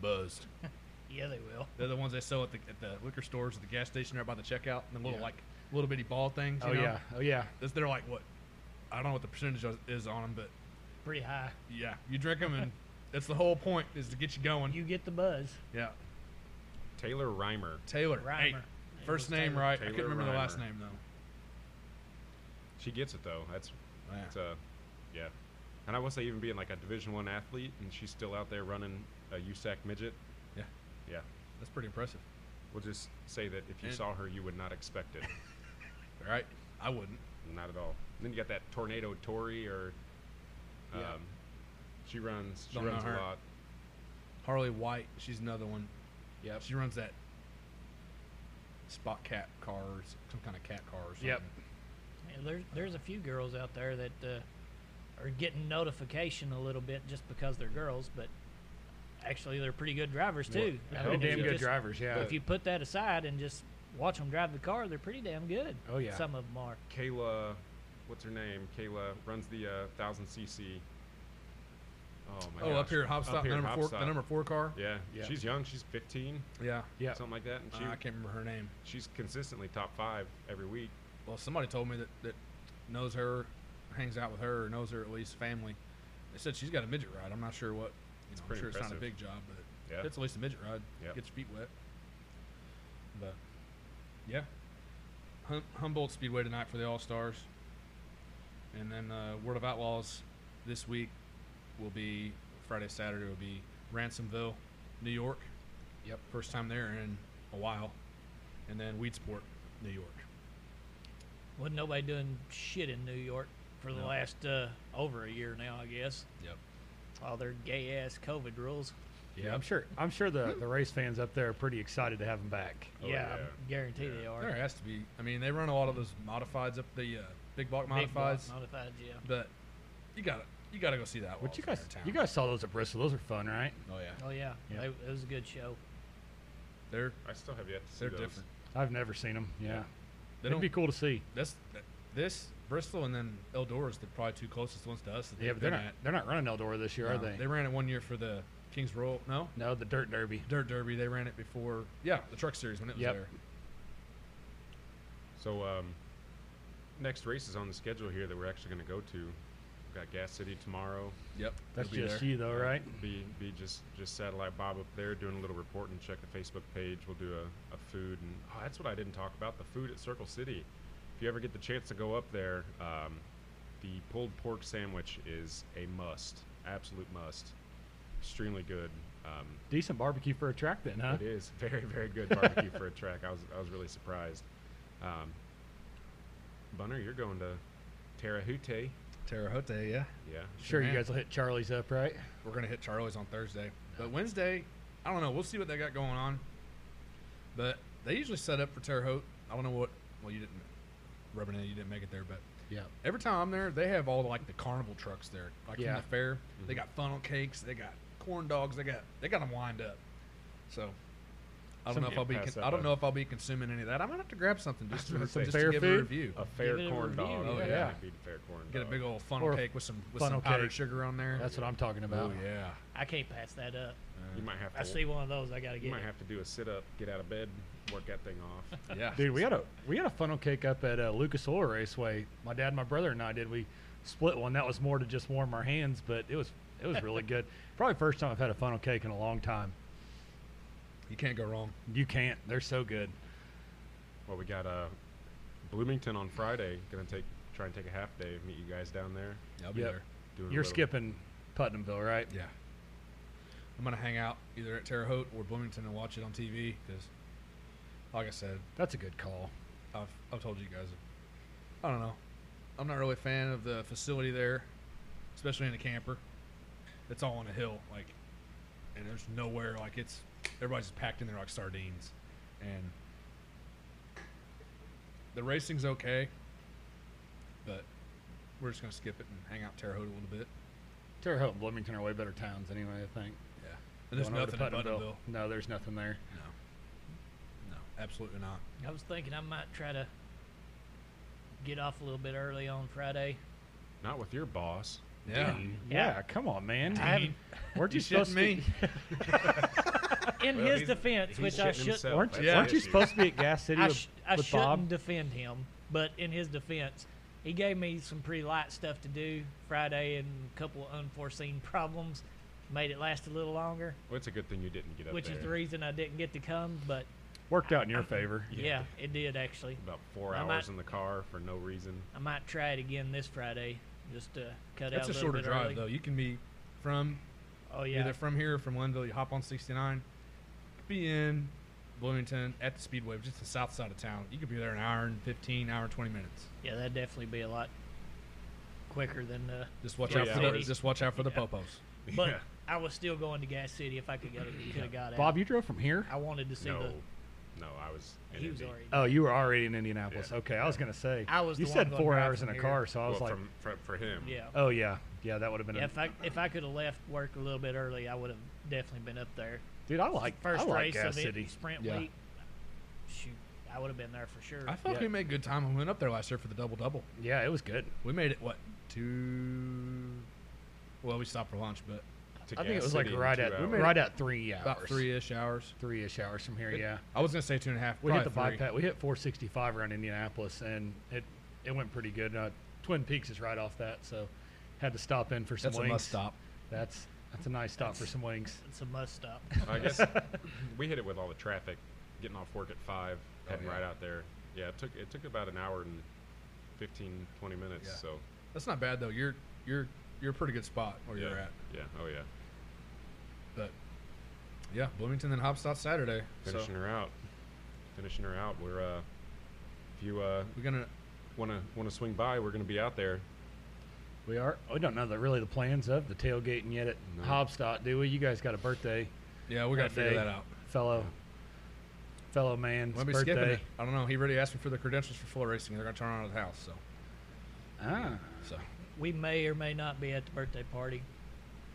buzzed.
Yeah, they will.
They're the ones they sell at the at the liquor stores at the gas station right by the checkout. And the little
Yeah.
like little bitty ball things.
Oh
you know?
yeah, oh yeah.
This- They're like what? I don't know what the percentage is- is on them, but
Pretty high.
Yeah, you drink them, and that's the whole point is to get you going.
You get the buzz.
yeah,
Taylor Reimer.
Taylor. Hey,
Rhymer. It
first
was
name
Taylor.
right. I
Taylor
couldn't remember the last
Reimer.
name though.
She gets it though. That's It's uh, yeah, and I will say, even being like a Division One athlete, and she's still out there running a USAC midget.
Yeah.
yeah.
That's pretty impressive.
We'll just say that if you
And-
saw her, you would not
<laughs>
expect it,
All right, I wouldn't.
not at all. And then you got that tornado Tori, or um,
Yeah.
she runs. She
Don't know
runs a
her.
lot.
Harley White, she's another one.
Yep.
She runs that spot cat cars, some kind of cat car or something.
Yep.
Yeah, There's there's a few girls out there that uh, are getting notification a little bit just because they're girls, but actually they're pretty good drivers too. I
They're
mean,
damn
you
good
just-
drivers, yeah.
If you put that aside and just watch them drive the car, they're pretty damn good.
Oh, yeah.
Some of them are.
Kayla, what's her name? Kayla runs the uh, thousand cc. Oh my
Oh,
gosh.
up here at Hopstop, the
here at
number four, the
Hopstop.
number four car.
Yeah.
Yeah.
she's young. She's 15,
Yeah.
yeah,
something like that, and
Uh,
she
I can't remember her name.
she's consistently top five every week.
Well, somebody told me that that knows her, hangs out with her, or knows her at least family. They said she's got a midget ride. I'm not sure what. You know, I'm
pretty
sure it's not a big
impressive.
job, but
Yeah,
It's at least a midget ride.
Yeah.
Get your feet wet. But yeah, hum- Humboldt Speedway tonight for the All Stars, and then uh, Word of Outlaws this week will be Friday, Saturday will be Ransomville, New York. Yep, first time there in a while, and then Weedsport, New York.
Wasn't nobody doing shit in New York for the
No.
last uh, over a year now, I guess.
Yep.
All their gay ass COVID rules.
yeah. I'm sure. I'm sure the the race fans up there are pretty excited to have him back.
Oh,
yeah,
yeah.
I guarantee
Yeah.
they are.
There has to be. I mean, they run a lot of those modifieds up the uh, big block
Big block
modifieds,
Modifieds, yeah.
but you got to You got to go see that.
What
while
you
I was
guys?
there in
You
town.
guys saw those at Bristol? Those are fun, right?
Oh yeah,
Oh yeah,
Yeah.
They, it was a good show.
they're
I still have yet to see
they're
those.
different.
I've never seen them. Yeah,
They
it'd
don't.
be cool to see.
This this Bristol and then Eldora is the probably two closest ones to us. That
Yeah,
they've
but they're
been
not. They're not running Eldora this year, are
at. No,
they?
They ran it one year for the Kings Royal. No,
No, the Dirt Derby.
Dirt Derby. They ran it before. Yeah, the Truck Series when it was
Yep.
there.
So um, next race is on the schedule here that we're actually going to go to. We've got Gas City tomorrow.
Yep.
That's
it'll be
just
there.
you, though, right?
Be be just just satellite Bob up there doing a little reporting. Check the Facebook page. We'll do a, a food and oh, that's what I didn't talk about the food at Circle City. If you ever get the chance to go up there, um, the pulled pork sandwich is a must, absolute must. Extremely good. Um,
Decent barbecue for a track, then, huh?
It is very, very good barbecue for a track. I was, I was really surprised. Um, Bunner, you're going to Terre Haute,
Terre Haute. Yeah.
yeah?
Sure, you
Man.
guys will hit Charlie's up, right?
We're gonna hit Charlie's on Thursday, but Wednesday, I don't know. We'll see what they got going on. But they usually set up for Terre Haute. I don't know what. Well, you didn't. Rubbing in, you didn't make it there, but
Yeah.
every time I'm there, they have all like the carnival trucks there, like
Yeah. Mm-hmm.
from the fair. They
Mhm.
got funnel cakes, they got corn dogs, they got they got them lined up. So I don't know if
Somebody
I'll be
pass
con-
that
I don't
by.
know if I'll be consuming any of that. I'm gonna have to grab
<laughs>
something just to,
gonna
just
say,
to
fair
give a
food? Uh,
review.
A fair
it a
corn
review,
dog.
yeah.
They
yeah.
Beat a fair corn
Get a
dog.
big old funnel
Or a
cake with some with
funnel
some powdered
cake.
sugar on there.
That's what I'm talking about. <laughs>
oh yeah.
I can't pass that up.
Uh, You might have to.
I see one of those, I gotta
You
get.
might
it.
have to do a sit up, get out of bed, work that thing off.
Yeah.
Dude, we had a we had a funnel cake up at uh, Lucas Oil Raceway. My dad, my brother, and I did. We split one. That was more to just warm our hands, but it was it was really good. <laughs> Probably first time I've had a funnel cake in a long time.
You can't go wrong.
You can't. They're so good.
well, we got uh, Bloomington on Friday. Gonna take try and take a half day. Meet you guys down there.
I'll be
Yep.
there.
Doing a
You're
little-
skipping Putnamville, right?
Yeah. I'm gonna hang out either at Terre Haute or Bloomington and watch it on TV because, like I said,
That's a good call.
I've, I've told you guys. I don't know. I'm not really a fan of the facility there, especially in a camper. It's all on a hill, like, and there's nowhere. Like it's everybody's just packed in there like sardines, and the racing's okay, but we're just gonna skip it and hang out in Terre Haute a little bit.
Terre Haute and Bloomington are way better towns anyway. I think.
Yeah, and there's
Going over to
nothing in Buttonville.
No, there's nothing there.
No, no, absolutely not.
I was thinking I might try to get off a little bit early on Friday.
Not with your boss.
Yeah,
Yeah,
Yeah.
come on, man.
I haven't,
Weren't you
you shitting
supposed to
me?
be,
in
Well,
his
he's-
defense,
he's
which I
shitting
should,
himself.
<laughs> weren't,
That's
you,
the
weren't you
issue.
supposed to be at Gas City
I,
with,
sh- I
with
shouldn't
Bob?
defend him, but in his defense, he gave me some pretty light stuff to do Friday and a couple of unforeseen <laughs> problems, made it last a little longer,
Well, it's a good thing you didn't get up
which
there.
is the reason I didn't get to come. But
Worked out in your favor.
yeah, it did actually.
About four
I
hours
might-
in the car for no reason.
I might try it again this Friday just to cut out
that's
a,
a
little
shorter
bit
drive
early.
though. You can be from
Oh yeah,
Either from here or from Linville, you hop on 69, be in Bloomington at the Speedway, which is the south side of town. You could be there an hour and 15, hour and 20 minutes.
yeah, that'd definitely be a lot quicker than.
<laughs>
Uh,
Just watch
Three
out for the,
hours.
just watch out for the
Yeah.
popos.
but
Yeah.
I was still going to Gas City if I could go could have got out.
Bob, you drove from here?
I wanted to see
no,
the.
no, I was. in
He was
Indy.
already.
Oh, you were already in Indianapolis.
Yeah.
Okay, I was gonna say.
I was
You
the one
said
gonna
four
drive
hours in
from
a
here.
car, so I was
well,
like,
from, for, for him.
yeah.
oh yeah, yeah, that would have been.
Yeah,
A,
if I if I could have left work a little bit early, I would have definitely been up there.
dude, I like
First
I like
race
Gas
of it,
City.
sprint
Yeah.
week. Shoot, I would have been there for sure.
I felt
Yeah.
like we made good time when we went up there last year for the double double.
Yeah, it was good.
We made it, what, two? Well, we stopped for lunch, but
To
I think
Gas
it was
City
like
in
right
two
at
hours.
right at three hours.
about three ish hours.
three ish hours from here.
It-
yeah,
I was going to say two and a half.
we hit the
probably three.
bypass. We hit 465 around Indianapolis, and it it went pretty good. Uh, Twin Peaks is right off that, so had to stop in for some
That's a
wings.
must stop.
That's that's a nice stop for
That's-
some wings.
it's a must stop. <laughs>
I <laughs> guess we hit it with all the traffic, getting off work at five,
Oh,
heading
yeah.
right out there. Yeah, it took it took about an hour and 15, 20 minutes.
Yeah.
So
That's not bad, though. You're, you're, you're a pretty good spot where
yeah,
you're at.
yeah, oh yeah,
But yeah, Bloomington then hops out Saturday. So
finishing her out, finishing her out. We're uh, if you uh
we're going to.
want to want to swing by, we're gonna be out there.
We are. We don't know the really the plans of the tailgating yet at
No.
Hobstock, do we? You guys got a birthday,
Yeah, we got to
That
figure
day.
that out.
fellow, fellow man's
Might be skipping
birthday.
it. I don't know. He already asked me for the credentials for floor racing. They're gonna turn on at the house, so
Ah,
so
we may or may not be at the birthday party,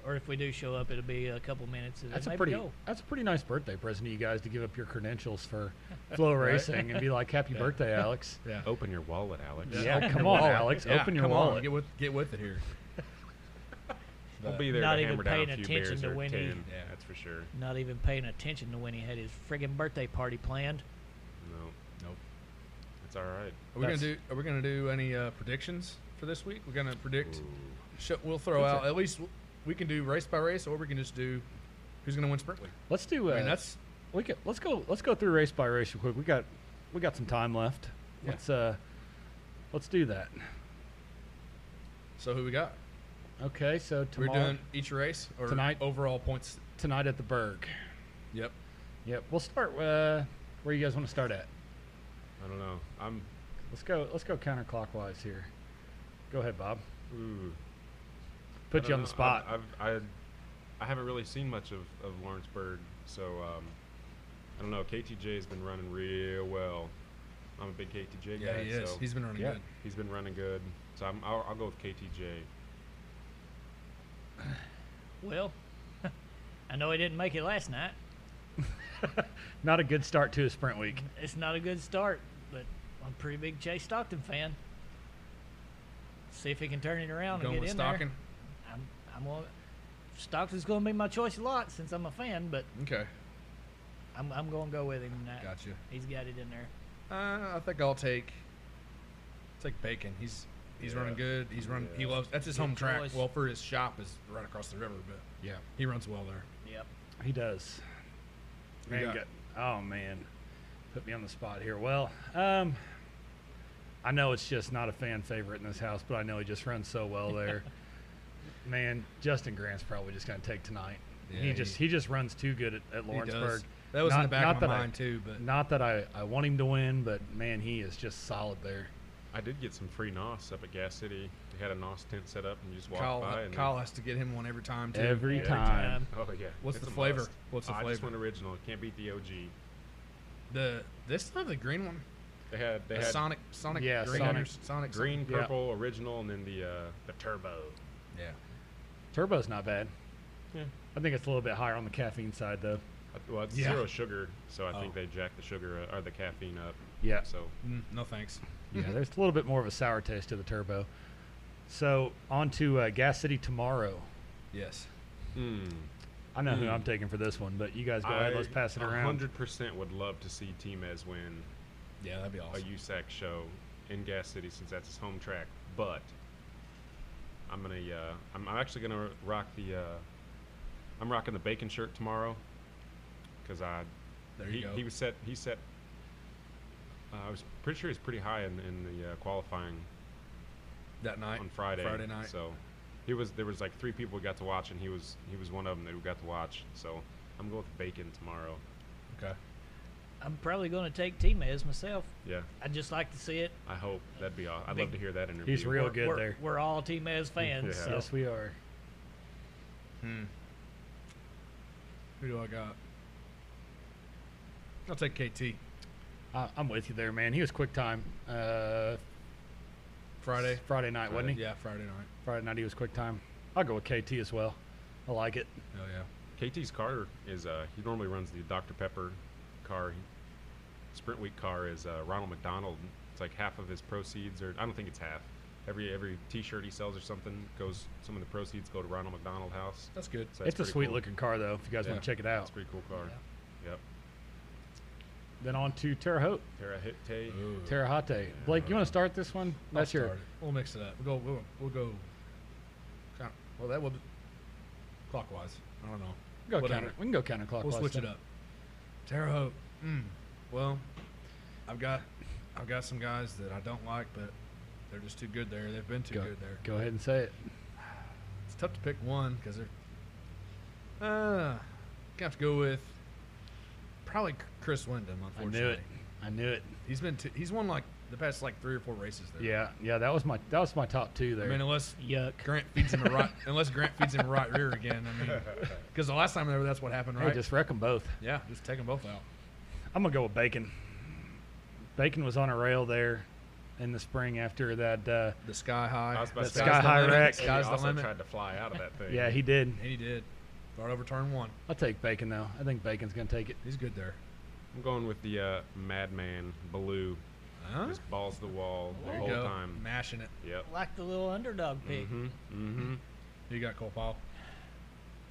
or if we do show up, it'll be a couple minutes. And
That's a
maybe
pretty
go.
that's a pretty nice birthday present to you guys to give up your credentials
<laughs>
for flow racing and be like, Happy birthday, Alex.
Yeah.
Open your wallet, Alex.
Yeah, come on, Alex.
Yeah,
open your
come on,
wallet.
get with get with it here.
We'll
But-
be there
Not
to
even
hammer down a
paying
few
attention
beers
to
or
when he-
ten.
Yeah.
That's for sure.
Not even paying attention to when he had his friggin' birthday party planned.
No,
Nope.
it's all right.
Are we gonna
That's-
do? Are we gonna do any uh, predictions for this week? We're gonna predict.
Ooh.
Sh- we'll throw out at least w- we can do race by race, or we can just do who's gonna win sprint week.
Let's do uh,
I mean, that's
we could, let's go let's go through race by race real quick. We got we got some time left.
Yeah.
Let's uh let's do that.
so who we got.
Okay, so tomorrow
We're doing each race or
Tonight?
overall points.
tonight at the Berg.
Yep.
Yep. We'll start uh, where you guys want to start at.
I don't know. I'm.
Let's go let's go counterclockwise here. Go ahead, Bob.
Ooh,
Put
I
you on the
Uh,
don't know.
spot.
I've, I've I, I haven't really seen much of, of Lawrenceburg, so um, I don't know. KTJ has been running real well. I'm a big KTJ guy.
Yeah, he is.
So
He's been running
Yeah.
good.
he's been running good. So I'm, I'll, I'll go with KTJ.
Well, <laughs> I know he didn't make it last night.
Not a good start to a sprint week.
It's not a good start, but I'm a pretty big Jay Stockton fan. See if he can turn it around
Going
and
with
get in
Stockton.
there. I'm, I'm gonna, Stockton's going to be my choice a lot since I'm a fan, but
Okay,
I'm, I'm going to go with him. Tonight.
gotcha.
He's got it in there.
Uh, I think I'll take take Bacon. He's he's
Yeah.
running good. He's running. He
Yeah.
loves. That's his
Good
home track.
choice.
Well, for his shop is right across the river, but
Yeah.
he runs well there.
Yep.
He does.
Who you
Man,
got?
got- oh man, put me on the spot here. Well, um, I know it's just not a fan favorite in this house, but I know he just runs so
<laughs>
well there. man, Justin Grant's probably just gonna take tonight.
Yeah,
he just he, just runs too good at, at
he does.
Lawrenceburg.
That was in
Not-
the back
not
of my
that I-
mind too, but
Not that I, I want him to win, but man, he is just solid there.
I did get some free NOS up at Gas City. They had a NOS tent set up, and you just walk
Kyle
by. And they-
Kyle has to get him one every time too.
Every
Every time.
time.
Oh yeah.
What's
It's
the
a
flavor?
must.
What's the
I just
flavor?
want original. Can't beat the OG.
the this not the green one.
They had they
The
had
Sonic Sonic
Yeah,
green
Sonic-
or Sonic
green,
Yeah.
purple, original, and then the uh, the turbo.
something. Yeah.
Turbo's not bad.
Yeah.
I think it's a little bit higher on the caffeine side though.
Uh, Well, it's
Yeah.
zero sugar, so I think
Oh.
they jack the sugar uh, or the caffeine up.
Yeah.
So mm-hmm.
Mm, no thanks.
Yeah, there's a little bit more of a sour taste to the turbo. So on to uh, Gas City tomorrow.
Yes.
Hmm.
I know who
Mm.
I'm taking for this one, but you guys go ahead. Let's pass it around.
Hundred percent would love to see Timez win
Yeah, that'd be
a
awesome.
USAC show in Gas City since that's his home track. But I'm gonna uh, I'm, I'm actually gonna rock the uh, I'm rocking the bacon shirt tomorrow because I
there
he,
you go.
he was set. He set. Uh, I was pretty sure he's pretty high in, in the uh, qualifying
that night.
on Friday.
Friday night.
So he was there was like three people we got to watch, and he was he was one of them that we got to watch. So I'm going with Bacon tomorrow.
Okay.
I'm probably going to take Timez myself.
Yeah,
I'd just like to see it.
I hope that'd be awesome. I'd
Big-
love to hear that interview.
He's real
we're,
good
we're,
there.
We're all Timez fans.
Yeah.
So.
Yes, we are.
Hmm. Who do I got? I'll take KT.
I, I'm with you there, man. He was quick time. Uh,
Friday.
Friday night, wasn't he?
Yeah, Friday night.
Friday night, he was quick time. I'll go with KT as well. I like it.
Oh yeah.
KT's car is uh he normally runs the Dr Pepper car. He, Sprint Week car is uh, Ronald McDonald. It's like half of his proceeds, or I don't think it's half. Every every T-shirt he sells or something goes. Some of the proceeds go to Ronald McDonald House.
That's good.
So that's
it's a
pretty
sweet
cool.
looking car, though, if you guys
Yeah.
want to check it out.
It's a pretty cool car. Yep.
Then on to Terre Haute,
Terra Hitte.
Ooh.
Terre Haute. Blake, you want to start this one?
I'll
That's your.
start it. We'll mix it up. We'll go. We'll, we'll go. Kind well, that will be clockwise. I don't know.
Go
Whatever.
counter, we can go counterclockwise.
We'll switch it
then.
up. Terre Haute. Mm. Well, I've got I've got some guys that I don't like, but they're just too good there. They've been too
Go,
good there.
go ahead and say it.
It's tough to pick one because they're. Uh, gonna have to go with probably C- Chris Wyndham.
I
Unfortunately,
knew it. I knew it.
He's been t- he's won like the past like three or four races there.
Yeah, yeah. That was my that was my top two
I
there.
mean, unless
Yuck.
Grant feeds him a right, <laughs> unless Grant feeds him a right rear again. I
<laughs>
mean, because the last time they were, that's what happened,
hey,
right?
just wreck them both.
yeah, just take them both out.
I'm gonna go with bacon. Bacon was on a rail there, in the spring after that. Uh,
The sky high.
I was about
That
to say,
sky
sky's the
high
limit.
wreck.
He
Sky's the
also
limit.
tried to fly out of that thing.
yeah, he did.
And he did. Right over turn one.
I'll take Bacon though. I think Bacon's gonna take it.
He's good there.
I'm going with the uh, Madman Baloo.
Huh?
Just balls to the wall
There
the
you
whole
go.
time.
Mashing it.
Yep.
Like the little underdog pick.
Mm-hmm. Mm-hmm.
Who you got, Cole Paul?
Oh,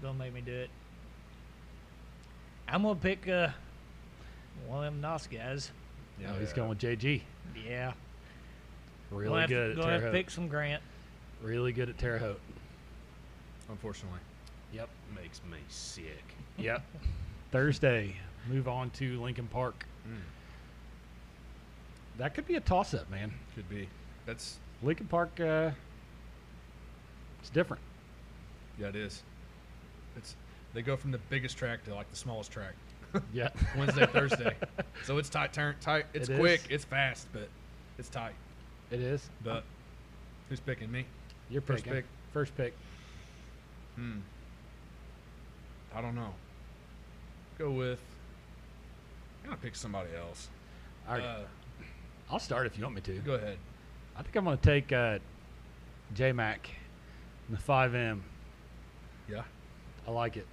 Gonna make me do it. I'm gonna pick uh, one of them NOS guys.
oh, he's going with JG.
Yeah.
Really
gonna have
good
To,
at
gonna
Terre
have
Haute.
to pick some Grant.
Really good at Terre Haute.
Unfortunately.
Yep.
Makes me sick.
Yep. <laughs> Thursday, move on to Lincoln Park.
Mm.
That could be a toss-up, man.
Could be. That's
Lincoln Park, uh, it's <laughs> different.
yeah, it is. It's they go from the biggest track to like the smallest track.
Yeah.
Wednesday,
<laughs>
Thursday. So it's tight turn tight it's
It
quick,
is.
it's fast, but it's tight.
it is.
But who's picking me?
You're
First
picking.
pick.
First pick.
Hmm. I don't know. Go with I'm gonna pick somebody else.
All right.
Uh,
I'll start if you want me to.
go ahead.
I think I'm going to take uh, J Mac and the 5M.
Yeah.
I like it.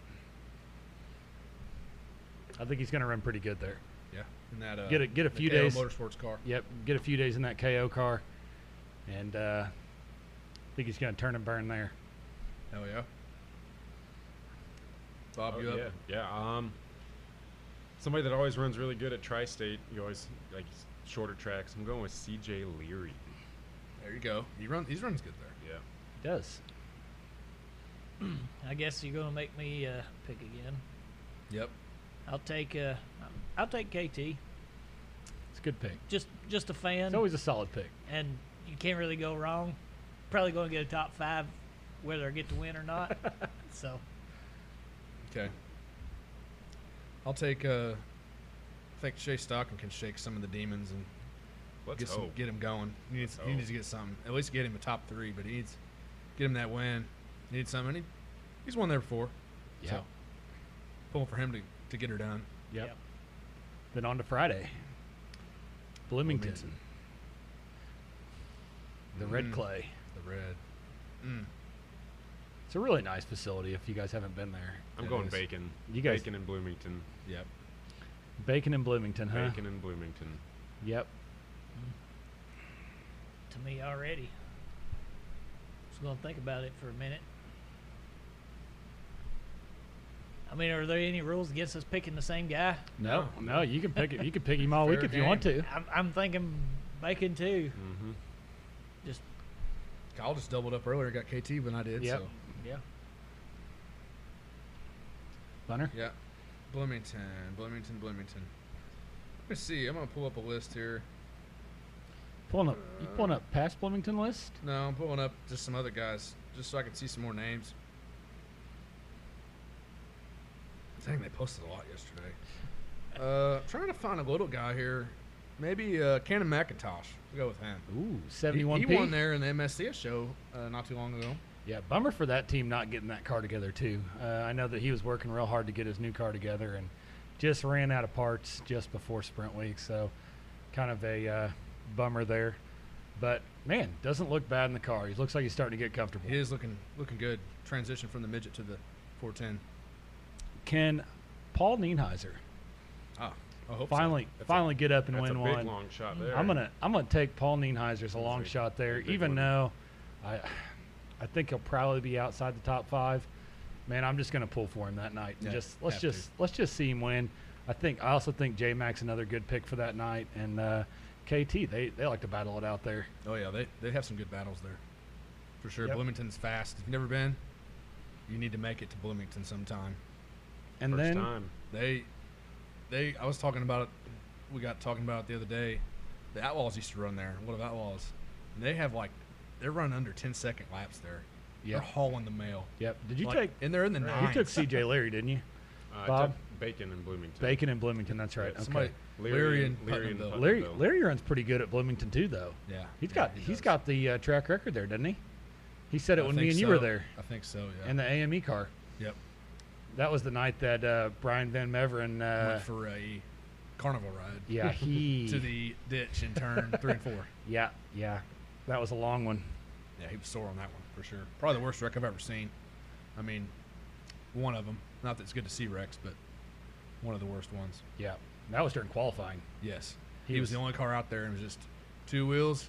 I think he's going to run pretty good there.
Yeah. In that uh,
Get a- get a
the
few
KO
days.
motorsports car.
Yep, get a few days in that KO car, and uh, I think he's going to turn and burn there.
Hell yeah. Bob,
Oh,
you up?
yeah. Yeah. Um, somebody that always runs really good at tri-state. You always like s- shorter tracks. I'm going with C.J. Leary.
There you go. He run. He's runs good there.
Yeah.
He does.
I guess you're gonna make me uh, pick again.
Yep.
I'll take uh, I'll take KT.
It's a good pick.
Just just a fan,
It's always a solid pick.
and you can't really go wrong. Probably gonna get a top five, whether I get to win or not. so
Okay. I'll take. Uh, I think Shea Stockton can shake some of the demons and
Let's
get some,
hope.
get him going. He needs,
Let's
he
hope.
needs to get something. At least get him a top three, but he needs get him that win. He needs something. He, he's won there before.
Yeah.
So, pulling for him to, to get her done.
Yep.
Yep.
Then on to Friday, Bloomington,
Bloomington.
the Red
Mm.
Clay.
The red. Mm.
It's a really nice facility. If you guys haven't been there,
I'm
It
going
is.
bacon.
You guys-
Bacon and Bloomington.
Yep.
Bacon in Bloomington, huh?
Bacon and Bloomington.
Yep.
to me already, just gonna think about it for a minute. I mean, are there any rules against us picking the same guy?
No,
Oh.
no, you can pick it. You can pick <laughs> him all week
Fair
if you want to.
I'm, I'm thinking bacon too.
Mm-hmm.
Just
Kyle just doubled up earlier. Got KT when I did.
Yep.
So
yeah.
Bunner.
yeah. Bloomington. Bloomington. Bloomington. Let me see. I'm gonna pull up a list here.
Pulling up, you pulling up past Bloomington list?
No, I'm pulling up just some other guys, just so I can see some more names. Dang, they posted a lot yesterday. Uh, trying to find a little guy here. Maybe uh, Cannon McIntosh. We'll go with him.
Ooh,
He,
seventy-one
he
p.
won there in the MSCS show uh, not too long ago.
Yeah, bummer for that team not getting that car together too. Uh, I know that he was working real hard to get his new car together and just ran out of parts just before sprint week, so kind of a uh, bummer there. But man, doesn't look bad in the car. He looks like he's starting to get comfortable.
He is looking looking good. Transition from the midget to the 410.
Can Paul Nienheiser
Ah, I hope so.
finally
That's a-
finally get up and
That's a
win
big
one?
long shot there.
I'm gonna I'm gonna take Paul Nienheiser as a
That's
long
a-
shot there,
a big
even
one.
though I I think he'll probably be outside the top five. Man, I'm just gonna pull for him that night. And
Yeah,
just let's
have to.
just let's just see him win. I think I also think J Mac's another good pick for that night, and uh, KT they they like to battle it out there.
Oh yeah, they they have some good battles there, for sure.
Yep.
Bloomington's fast. If you've never been, you need to make it to Bloomington sometime.
And
First
then
time.
They, they. I was talking about it. We got talking about it the other day. The Outlaws used to run there. What of Outlaws? And they have like, they're running under 10 second laps there.
yep,
They're hauling the mail.
yep. Did you
Like,
take
And they're in the
you
nines.
took CJ Leary, didn't
<laughs>
you?
Uh,
Bob?
took Bacon and Bloomington.
Bacon and Bloomington. That's right.
Yeah,
Okay.
Somebody, Leary, and
Leary and
Putnamville.
Putnam.
Leary
Bill.
Leary runs pretty good at Bloomington too, though.
Yeah,
He's
yeah,
got
he
he has
does.
got the uh, track record there, doesn't he? He said it
I
when me
think
and you were
so.
there
I think so. Yeah.
in the AME car.
yep.
That was the night that uh, Brian Van Meveren uh,
Went for a E. carnival ride <laughs>
Yeah, he.
to the ditch in turn three and four.
yeah, yeah, that was a long one.
Yeah, he was sore on that one for sure. Probably the worst wreck I've ever seen. I mean, one of them. Not that it's good to see wrecks, but one of the worst ones.
Yeah, that was during qualifying.
Yes.
He
He, was,
was-
the only car out there and it was just two wheels,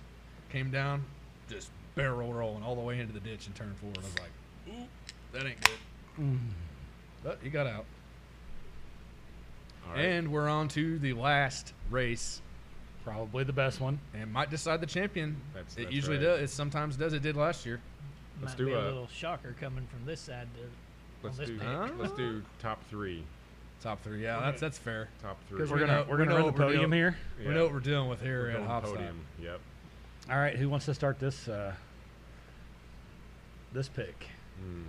came down, just barrel rolling all the way into the ditch and turned forward. I was like, ooh, that ain't good. Mm. But he got out.
All right.
And we're on to the last race
Probably the best one.
and might decide the champion.
That's-
it
that's
usually
right.
does. It sometimes does. It did last year.
Let's
Might
do
be a,
a-
little shocker coming from this side. To,
let's
this
do
page.
let's do top three.
Top three. Yeah, that's that's fair.
Top three.
Because we're
we
gonna
know-
we're
we
gonna
know
run the
what we're
podium
doing.
here.
We know what we're dealing with here
We're
at
going
Hopstock.
podium. Yep.
All right, who wants to start this uh, this pick?
Mm.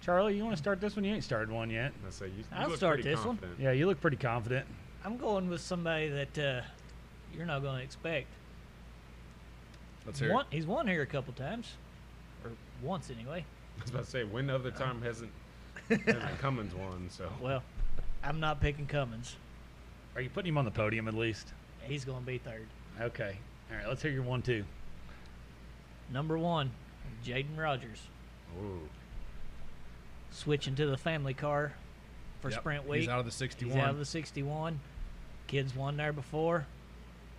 Charlie, you want to start this one? You ain't started one yet.
I say you. you
I'll
look
start
pretty
this one.
confident.
Yeah, you look pretty confident.
I'm going with somebody that uh, you're not going to expect.
Let's hear.
Won-
it.
he's won here a couple times, or once anyway.
I was about to say when other time hasn't
<laughs>
hasn't Cummins won. So
Well, I'm not picking Cummins.
Are you putting him on the podium at least?
He's going to be third.
Okay. All right, let's hear your one two.
Number one, Jaden Rogers
Ooh.
switching to the family car for
Yep.
sprint week.
He's out of the
He's
61.
out of the 61. Kids won there before.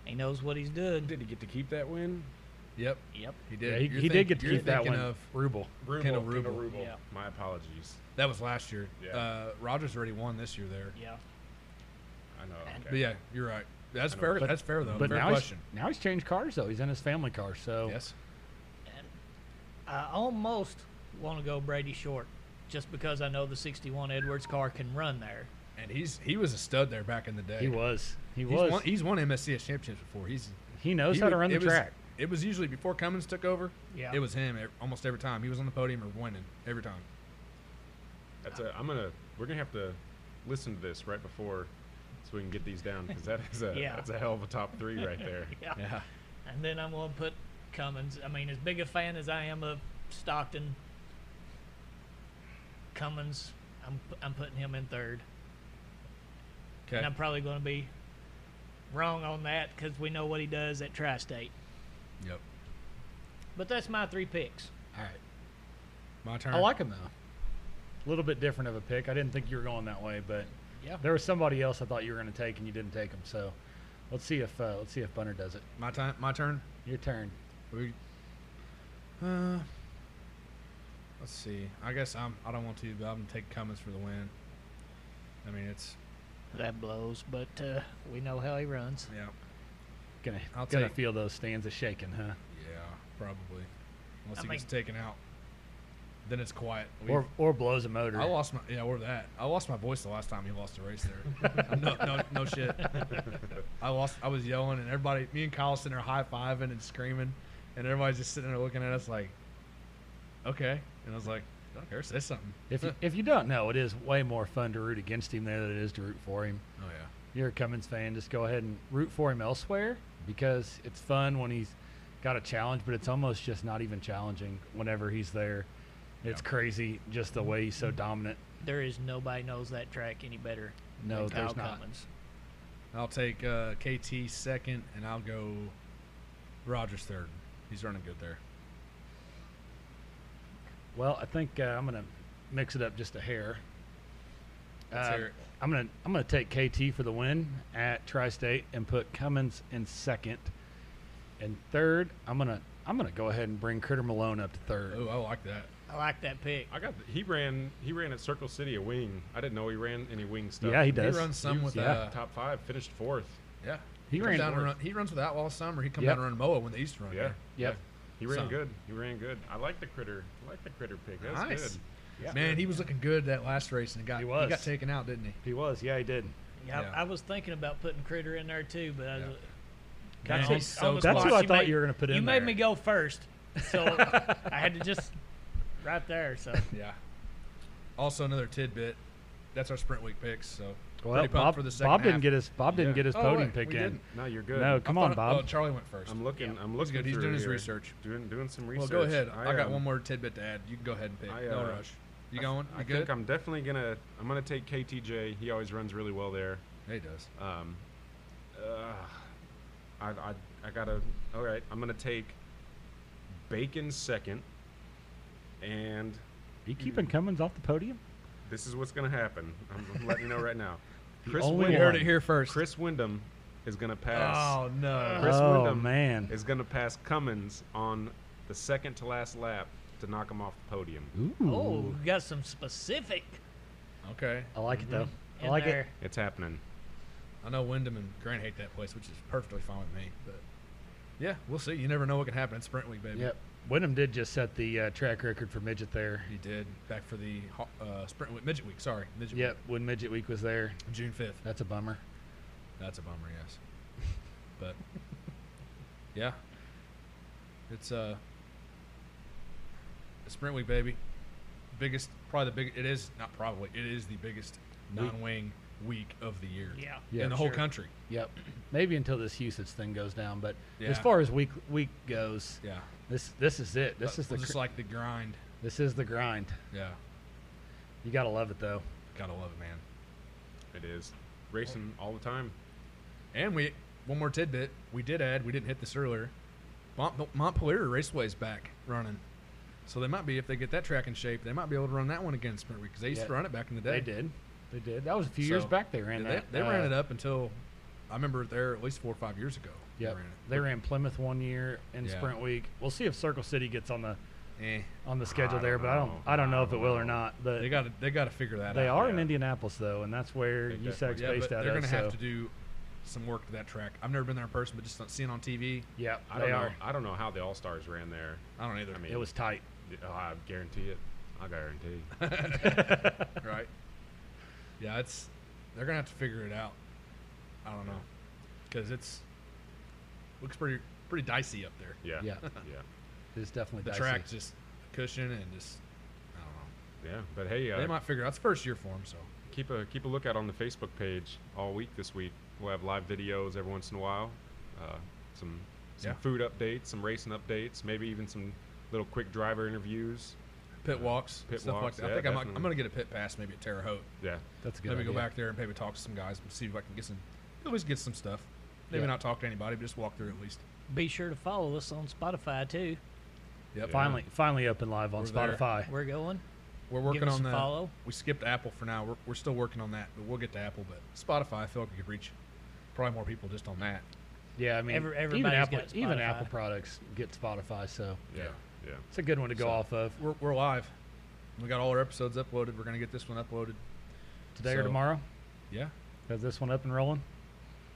He knows what he's doing.
Did he get to keep that win?
yep,
Yep.
he
Yeah,
did.
he,
You're
he did
think-
get to
you're
keep that
thinking
one.
Of,
Ruble.
Rubel.
Kendall Rubel.
Rubel.
Yeah.
My apologies.
that was last year.
Yeah.
Uh, Rogers already won this year there.
Yeah.
I know.
And-
Okay.
But yeah, you're right. That's
I know.
fair.
But-
that's fair though.
but
Um, fair
now
question.
he's Oh. now he's changed cars though. He's in his family car, so
Yes.
And I almost want to go Brady Short just because I know the 61 Edwards car can run there.
And he's he was a stud there back in the day.
he was he
He's
was
won, he's won MSCS championships before. He's
he knows
he
how to
would-
run the
it was-
track.
It was usually before Cummins took over.
Yeah.
It was him ev- almost every time. He was on the podium or winning every time.
That's a, I'm gonna. We're gonna have to listen to this right before, so we can get these down because that is a
<laughs> Yeah.
that's a hell of a top three right there.
<laughs> Yeah.
Yeah.
And then I'm going to put Cummins. I mean, as big a fan as I am of Stockton, Cummins, I'm, pu- I'm putting him in third.
Okay.
And I'm probably going to be wrong on that because we know what he does at Tri State.
Yep.
But that's my three picks.
All right.
My turn.
I like him though. A little bit different of a pick. I didn't think you were going that way, but
Yeah.
there was somebody else I thought you were going to take and you didn't take him. So let's see if uh, let's see if Bunner does it.
my time. My turn.
Your turn.
We. Uh. Let's see. I guess I'm. I don't want to, but I'm gonna take Cummins for the win. I mean, it's
That blows, but uh, we know how he runs.
yeah,
Gonna
I'll
gonna
take-
feel those stanzas shaking, huh?
yeah, probably. Unless
I
he gets
mean-
taken out, then it's quiet. We've-
Or or blows a motor.
I lost my yeah, or that. I lost my voice the last time he lost a race <laughs> there. no, no, no shit. I lost. I was yelling, and everybody, me and Kyle, sitting there high fiving and screaming, and everybody's just sitting there looking at us like, okay. And I was like, I don't care. Say something.
If you, if you don't know, it is way more fun to root against him there than it is to root for him.
Oh yeah.
You're a Cummins fan, just go ahead and root for him elsewhere because it's fun when he's got a challenge, but it's almost just not even challenging whenever he's there. It's
Yeah.
crazy just the way he's so dominant.
There is nobody knows that track any better.
No,
than
there's
Kyle
not.
Cummins.
I'll take uh, KT second, and I'll go Rogers third. He's running good there.
Well, I think uh, I'm gonna mix it up just a hair.
Let's
Uh,
hear it.
I'm gonna I'm gonna take KT for the win at Tri-State and put Cummins in second, and third I'm gonna I'm gonna go ahead and bring Critter Malone up to third.
Oh, I like that.
I like that pick.
I got. The, he ran. He ran at Circle City a wing. I didn't know he ran any wing stuff.
Yeah, he does.
He runs some
He
with
was- yeah.
uh,
top five. Finished fourth.
yeah.
He
comes
ran
down and
fourth.
run, he runs with Outlaw some, or he come
Yep.
down and run Moa when they used to run.
Yeah.
there.
Yep.
He ran
Some.
good. He ran good. I like the critter. I like the critter pick. That's
Nice.
good. Yeah.
Man, he was looking good that last race and got
He
he,
was.
got taken out, didn't he?
He was, yeah, he did.
Yeah, I-
Yeah.
I, was thinking about putting Critter in there too, but I
Yeah.
was,
Man,
That's
he's
it.
so
Almost
That's
lost.
who I
You
thought
made-
you were gonna put
you
in.
made
there.
me go first, so
<laughs>
I had to just right there. So
Yeah. Also, another tidbit. That's our sprint week picks. So
Well,
pretty pumped
Bob,
for the second
Bob didn't
half.
get his Bob didn't
Yeah.
get his
Oh,
podium
wait,
pick
we
in.
didn't.
No, you're good.
No,
I
come
thought-
on, Bob.
Oh, Charlie went first.
I'm looking.
Yeah.
I'm
He's
looking.
good. He's
through
doing his
here.
research.
Doing doing some
well,
research.
go ahead. I, got
um,
one more tidbit to add. You can go ahead and pick.
I,
no
uh,
rush. You
I-
going?
I
You
think
good?
I'm definitely gonna. I'm gonna take KTJ. He always runs really well there.
Yeah, he does.
Um, uh, I, I, I gotta. All right, I'm gonna take Bacon second, and
Are you keeping Cummins off the podium?
this is what's gonna happen. I'm letting you know
<laughs>
right now.
The
Chris,
only
We
Wyndham,
one.
heard it here first.
Chris Wyndham is gonna pass.
oh no.
Chris
oh
Wyndham
man.
Is gonna pass Cummins on the second to last lap to knock him off the podium.
Ooh.
Oh, we got some specific
Okay.
I like it though. I
Mm-hmm. in
like
there.
it.
It's happening.
I know Wyndham and Grant hate that place, which is perfectly fine with me. But yeah, we'll see. You never know what can happen. It's sprint week, baby.
Yep. Wyndham did just set the uh, track record for midget there.
He did back for the ho- uh, sprint week, midget week. Sorry, midget
Yep, when midget week was there.
week, June fifth.
That's a bummer.
That's a bummer, yes. But <laughs> yeah, it's uh, it's sprint week, baby. Biggest, probably the big. It is not probably. It is the biggest
Week.
non-wing week of the year.
Yeah.
Yeah,
in the whole
sure.
country.
Yep. Maybe until this Houston thing goes down, but as
Yeah.
far as week week goes,
Yeah,
this this is it. This
But
is the
just
cr-
like the grind.
this is the grind.
Yeah,
You gotta love it though.
gotta love it, man.
It is racing all the time.
And we one more tidbit we did add. We didn't hit this earlier. Mont- Montpelier Raceway's back running, so they might be if they get that track in shape, they might be able to run that one again sprint week because they used
Yeah.
to run it back in the day.
They did. They did. That was a few years
So,
back they ran
Yeah,
that.
They, they ran
Uh,
it up until I remember there at least four or five years ago.
Yep.
They ran
They ran Plymouth one year in
Yeah.
sprint week. We'll see if Circle City gets on the
it.
on the schedule
don't
there, but I don't
know.
I don't
I
know if it
don't
will or
know.
not.
Eh,
But
they got to they got to figure that
they
out.
are in
yeah.
Indianapolis though, and that's where
They
USAC's
definitely-
Yeah,
based
but
out
they're
of.
gonna have
so-
to do some work to that track. I've never been there in person, but just not seeing on TV,
Yep,
I
they
don't know.
are.
I don't know how the All Stars ran there.
I don't either.
I mean,
It was tight.
Oh, I guarantee it. I guarantee.
right? Yeah, it's they're gonna have to figure it out. I don't know because it's looks pretty pretty dicey up there.
Yeah.
Yeah,
Yeah.
it's definitely
The
dicey.
track's just cushion and just I don't know.
Yeah. But hey,
They
uh,
might figure it out. It's first year for them, so
keep a keep a lookout on the Facebook page all week this week. We'll have live videos every once in a while. Uh, some some
Yeah.
food updates, some racing updates, maybe even some little quick driver interviews.
pit walks,
Pit
stuff like
walks,
that.
yeah,
I think I might, I'm gonna
definitely.
get a pit pass maybe at Terre Haute.
Yeah.
That's a good.
Maybe go
idea.
back there and maybe talk to some guys and see if I can get some at least get some stuff. Maybe
Yeah.
not talk to anybody, but just walk through at least.
Be sure to follow us on Spotify too.
Yep.
Yeah.
Finally, finally open live on
We're there.
Spotify.
We're going.
We're working
us
on
a
that.
follow.
We skipped Apple for now. We're, we're still working on that, but we'll get to Apple. But Spotify, I feel like we could reach probably more people just on that.
Yeah, I mean,
Every-
even
everybody's
Apple,
got
even
Spotify.
Apple products get Spotify, so
Yeah.
Yeah.
Yeah.
it's a good one to go
So-
off of
We're, we're live. We got all our episodes uploaded. We're gonna get this one uploaded.
today or
So-
tomorrow.
Yeah.
Have this one up and rolling.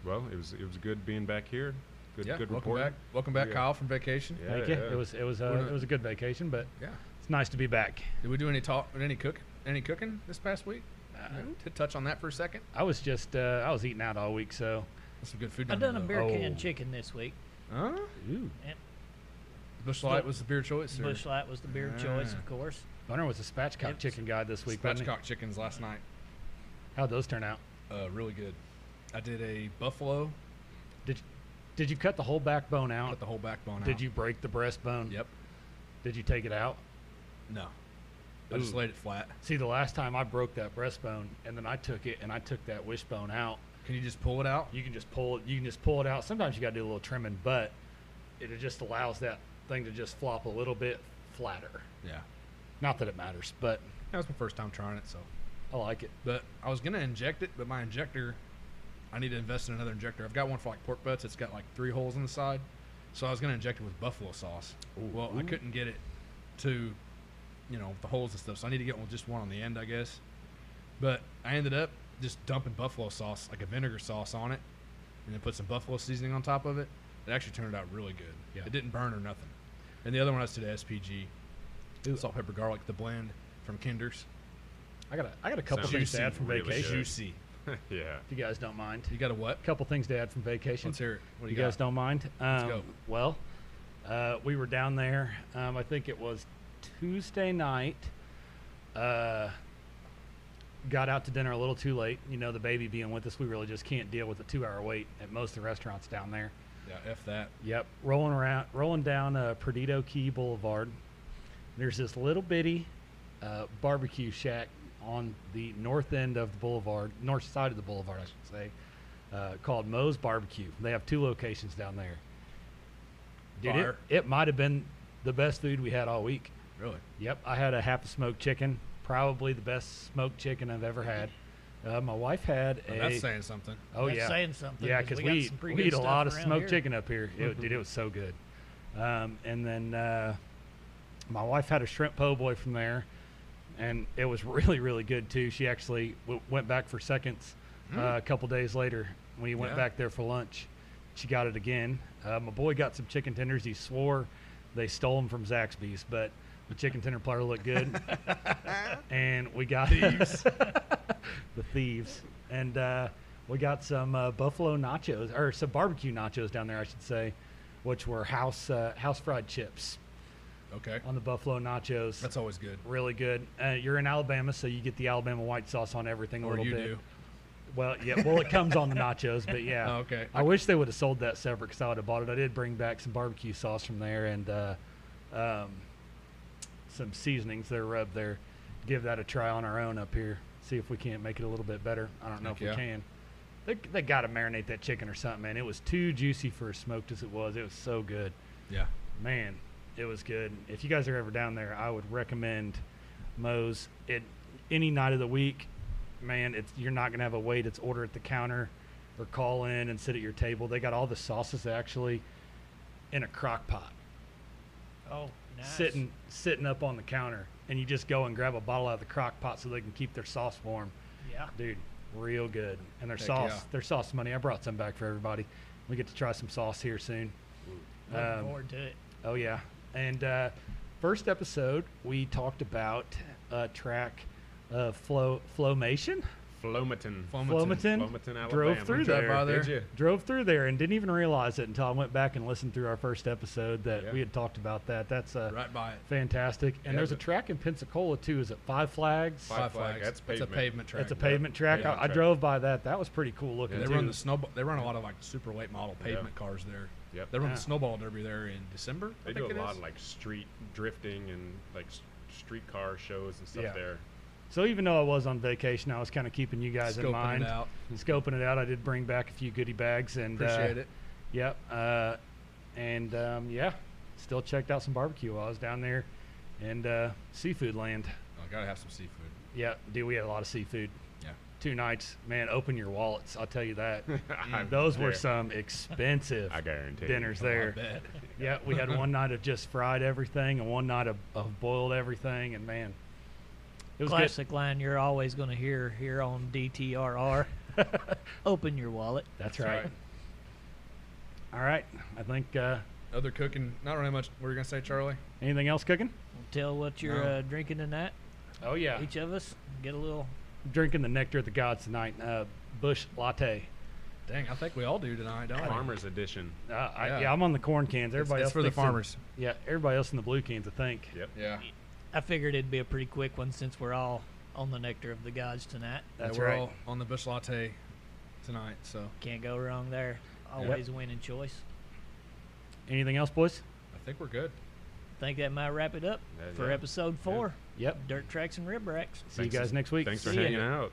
Well, it was it was good being back here. Good
yeah.
good
Welcome
reporting.
back. Welcome back,
Yeah.
Kyle, from vacation.
Yeah,
Thank you.
yeah.
It was it was
We're
uh,
not-
it was a good vacation, but
Yeah.
it's nice to be back.
Did we do any talk? Any cook? Any cooking this past week?
Uh,
to touch on that for a second.
I was just uh, I was eating out all week, so
That's some good food.
I
down there,
done a
though.
beer can
Oh.
chicken this week.
Huh?
ooh,
Bush Light was the beer choice. or-
Bush Light was the beer of
Ah.
choice, of course.
Hunter was a spatchcock
Yep.
chicken guy this week. wasn't he?
Spatchcock chickens last night.
How'd those turn out?
Uh, really good. I did a buffalo.
Did you, did you cut the whole backbone out?
Put the whole backbone out.
Did you break the breastbone?
Yep.
Did you take it out?
No. I just
Ooh.
laid it flat.
See, the last time I broke that breastbone, and then I took it and I took that wishbone out.
Can you just pull it out?
You can just pull it. You can just pull it out. Sometimes you got to do a little trimming, but it just allows that thing to just flop a little bit flatter.
Yeah.
Not that it matters, but
That was my first time trying it, so.
I like it.
But I was gonna inject it, but my injector, I need to invest in another injector. I've got one for like pork butts. It's got like three holes in the side, so I was gonna inject it with buffalo sauce. Well, I couldn't get it to, you know, the holes and stuff. So I need to get one with just one on the end, I guess. But I ended up just dumping buffalo sauce, like a vinegar sauce, on it, and then put some buffalo seasoning on top of it. It actually turned out really good.
Yeah.
It didn't burn or nothing. And the other one I just did SPG,
Ooh.
salt, pepper, garlic, the blend from Kinder's.
I got a, I got a couple
Sounds
things to
juicy,
add from
really
vacation.
good.
Juicy.
yeah.
If you guys don't mind,
You got a what?
a couple things to add from vacation.
Let's hear it. What do
you
you,
guys
got?
don't mind? Um,
go.
Well, uh, we were down there. Um, I think it was Tuesday night. Uh, got out to dinner a little too late. You know, the baby being with us, we really just can't deal with a two-hour wait at most of the restaurants down there.
Yeah, f that.
Yep, rolling around, rolling down uh, Perdido Key Boulevard. There's this little bitty uh, barbecue shack on the north end of the boulevard, north side of the boulevard, I should say. uh, called Moe's Barbecue. They have two locations down there. Dude,
Fire.
it, it might have been the best food we had all week.
Really?
Yep, I had a half a smoked chicken, probably the best smoked chicken I've ever had. Uh, my wife had
Now
a
that's saying something.
oh
That's
yeah
saying something.
yeah,
'cause
because
got
we eat,
some pretty
we
good
eat a
stuff
lot of
around
smoked
here.
chicken up here. It, dude, it was so good. Um, and then uh, my wife had a shrimp po' boy from there, and it was <laughs> really, really good too. She actually w- went back for seconds uh, a couple days later when he went
Hmm. Yeah.
back there for lunch. She got it again. Uh, my boy got some chicken tenders. He swore they stole them from Zaxby's, but the chicken tender platter looked
<laughs>
good, and we got
Thieves.
<laughs> the thieves. And uh, we got some uh, buffalo nachos or some barbecue nachos down there, I should say, which were house uh, house fried chips
Okay.
on the buffalo nachos.
That's always good.
really good. Uh, you're in Alabama, so you get the Alabama white sauce on everything a
Or
little
you
bit.
do.
Well, yeah. Well, it comes on the nachos,
<laughs>
but yeah.
Oh, okay.
I wish they would have sold that separate because I would have bought it. I did bring back some barbecue sauce from there and uh, um, some seasonings that are up there. Give that a try on our own up here. See if we can't make it a little bit better. I don't know
Heck
if
yeah.
we can. They, they got to marinate that chicken or something, man. It was too juicy for as smoked as it was. It was so good
Yeah.
man, it was good. If you guys are ever down there, I would recommend Moe's. It any night of the week, man. It's you're not gonna have a wait. It's order at the counter, or call in and sit at your table. They got all the sauces actually in a crock pot,
Oh, nice.
sitting sitting up on the counter, and you just go and grab a bottle out of the crock pot so they can keep their sauce warm,
Yeah.
dude. Real good, and their
Heck
sauce,
yeah.
their sauce money. I brought some back for everybody. We get to try some sauce here soon.
Looking
Um,
forward to it.
Oh yeah, and uh, first episode we talked about a track uh, of flow flowmation.
Flomaton.
Flomaton,
Flomaton,
drove
Alabama.
through
We
drove
there,
by there.
Did you?
drove through there, and didn't even realize it until I went back and listened through our first episode that
Yeah.
we had talked about that. That's uh,
Right by it.
fantastic. And
Yeah,
there's a
but-
track in Pensacola too. Is it Five Flags?
Five Flags,
It's
that's
a
pavement.
pavement track.
It's a pavement track.
Pavement
I, I
track.
drove by that. That was pretty cool looking.
They
too.
run the snowball. They run a lot of like super late model pavement cars there.
Yep.
They run
Yeah.
the snowball derby there in December.
They
I
do
think
a
it
lot
is.
of like street drifting and like s- streetcar shows and stuff
Yeah.
there.
so even though I was on vacation, I was kind of keeping you guys in
Scoping it
mind,
out.
scoping it out. I did bring back a few goodie bags and uh,
Appreciate it.
Yep. Uh, and um, yeah, still checked out some barbecue while I was down there and uh, seafood land.
Oh, I gotta have some seafood.
Yeah, dude, we had a lot of seafood.
Yeah.
Two nights, man, open your wallets. I'll tell you that.
I-
Those were
yeah,
some expensive
<laughs> I guarantee.
dinners
Oh, I
there.
bet.
Yeah, we had one night of just fried everything and one night of, of boiled everything, and man, it was good.
Classic line you're always going to hear here on DTRR. <laughs> Open your wallet.
That's, right. All right, I think uh,
Other cooking, not really much. What are you gonna say, Charlie?
anything else cooking?
Tell what you're
No.
uh, drinking tonight.
Oh yeah,
Each of us get a little.
drinking the nectar of the gods tonight. Uh, Bush latte.
Dang, I think we all do tonight, don't we?
Farmers edition.
Uh, I,
Yeah.
yeah. I'm on the corn cans.
It's,
Everybody
it's
else
for the
thinks in-
farmers.
yeah, everybody else in the blue cans, I think.
Yep.
Yeah.
I figured it'd be a pretty quick one since we're all on the nectar of the gods tonight.
That's
we're
right.
all on the bush latte tonight. So
Can't go wrong there. Always winning choice.
Anything else, boys?
I think we're good.
Think that might wrap it up
Yeah,
for
yeah.
episode four.
Yep.
Dirt tracks and rib racks.
See
Thanks-
you guys next week.
Thanks for
See ya.
hanging out.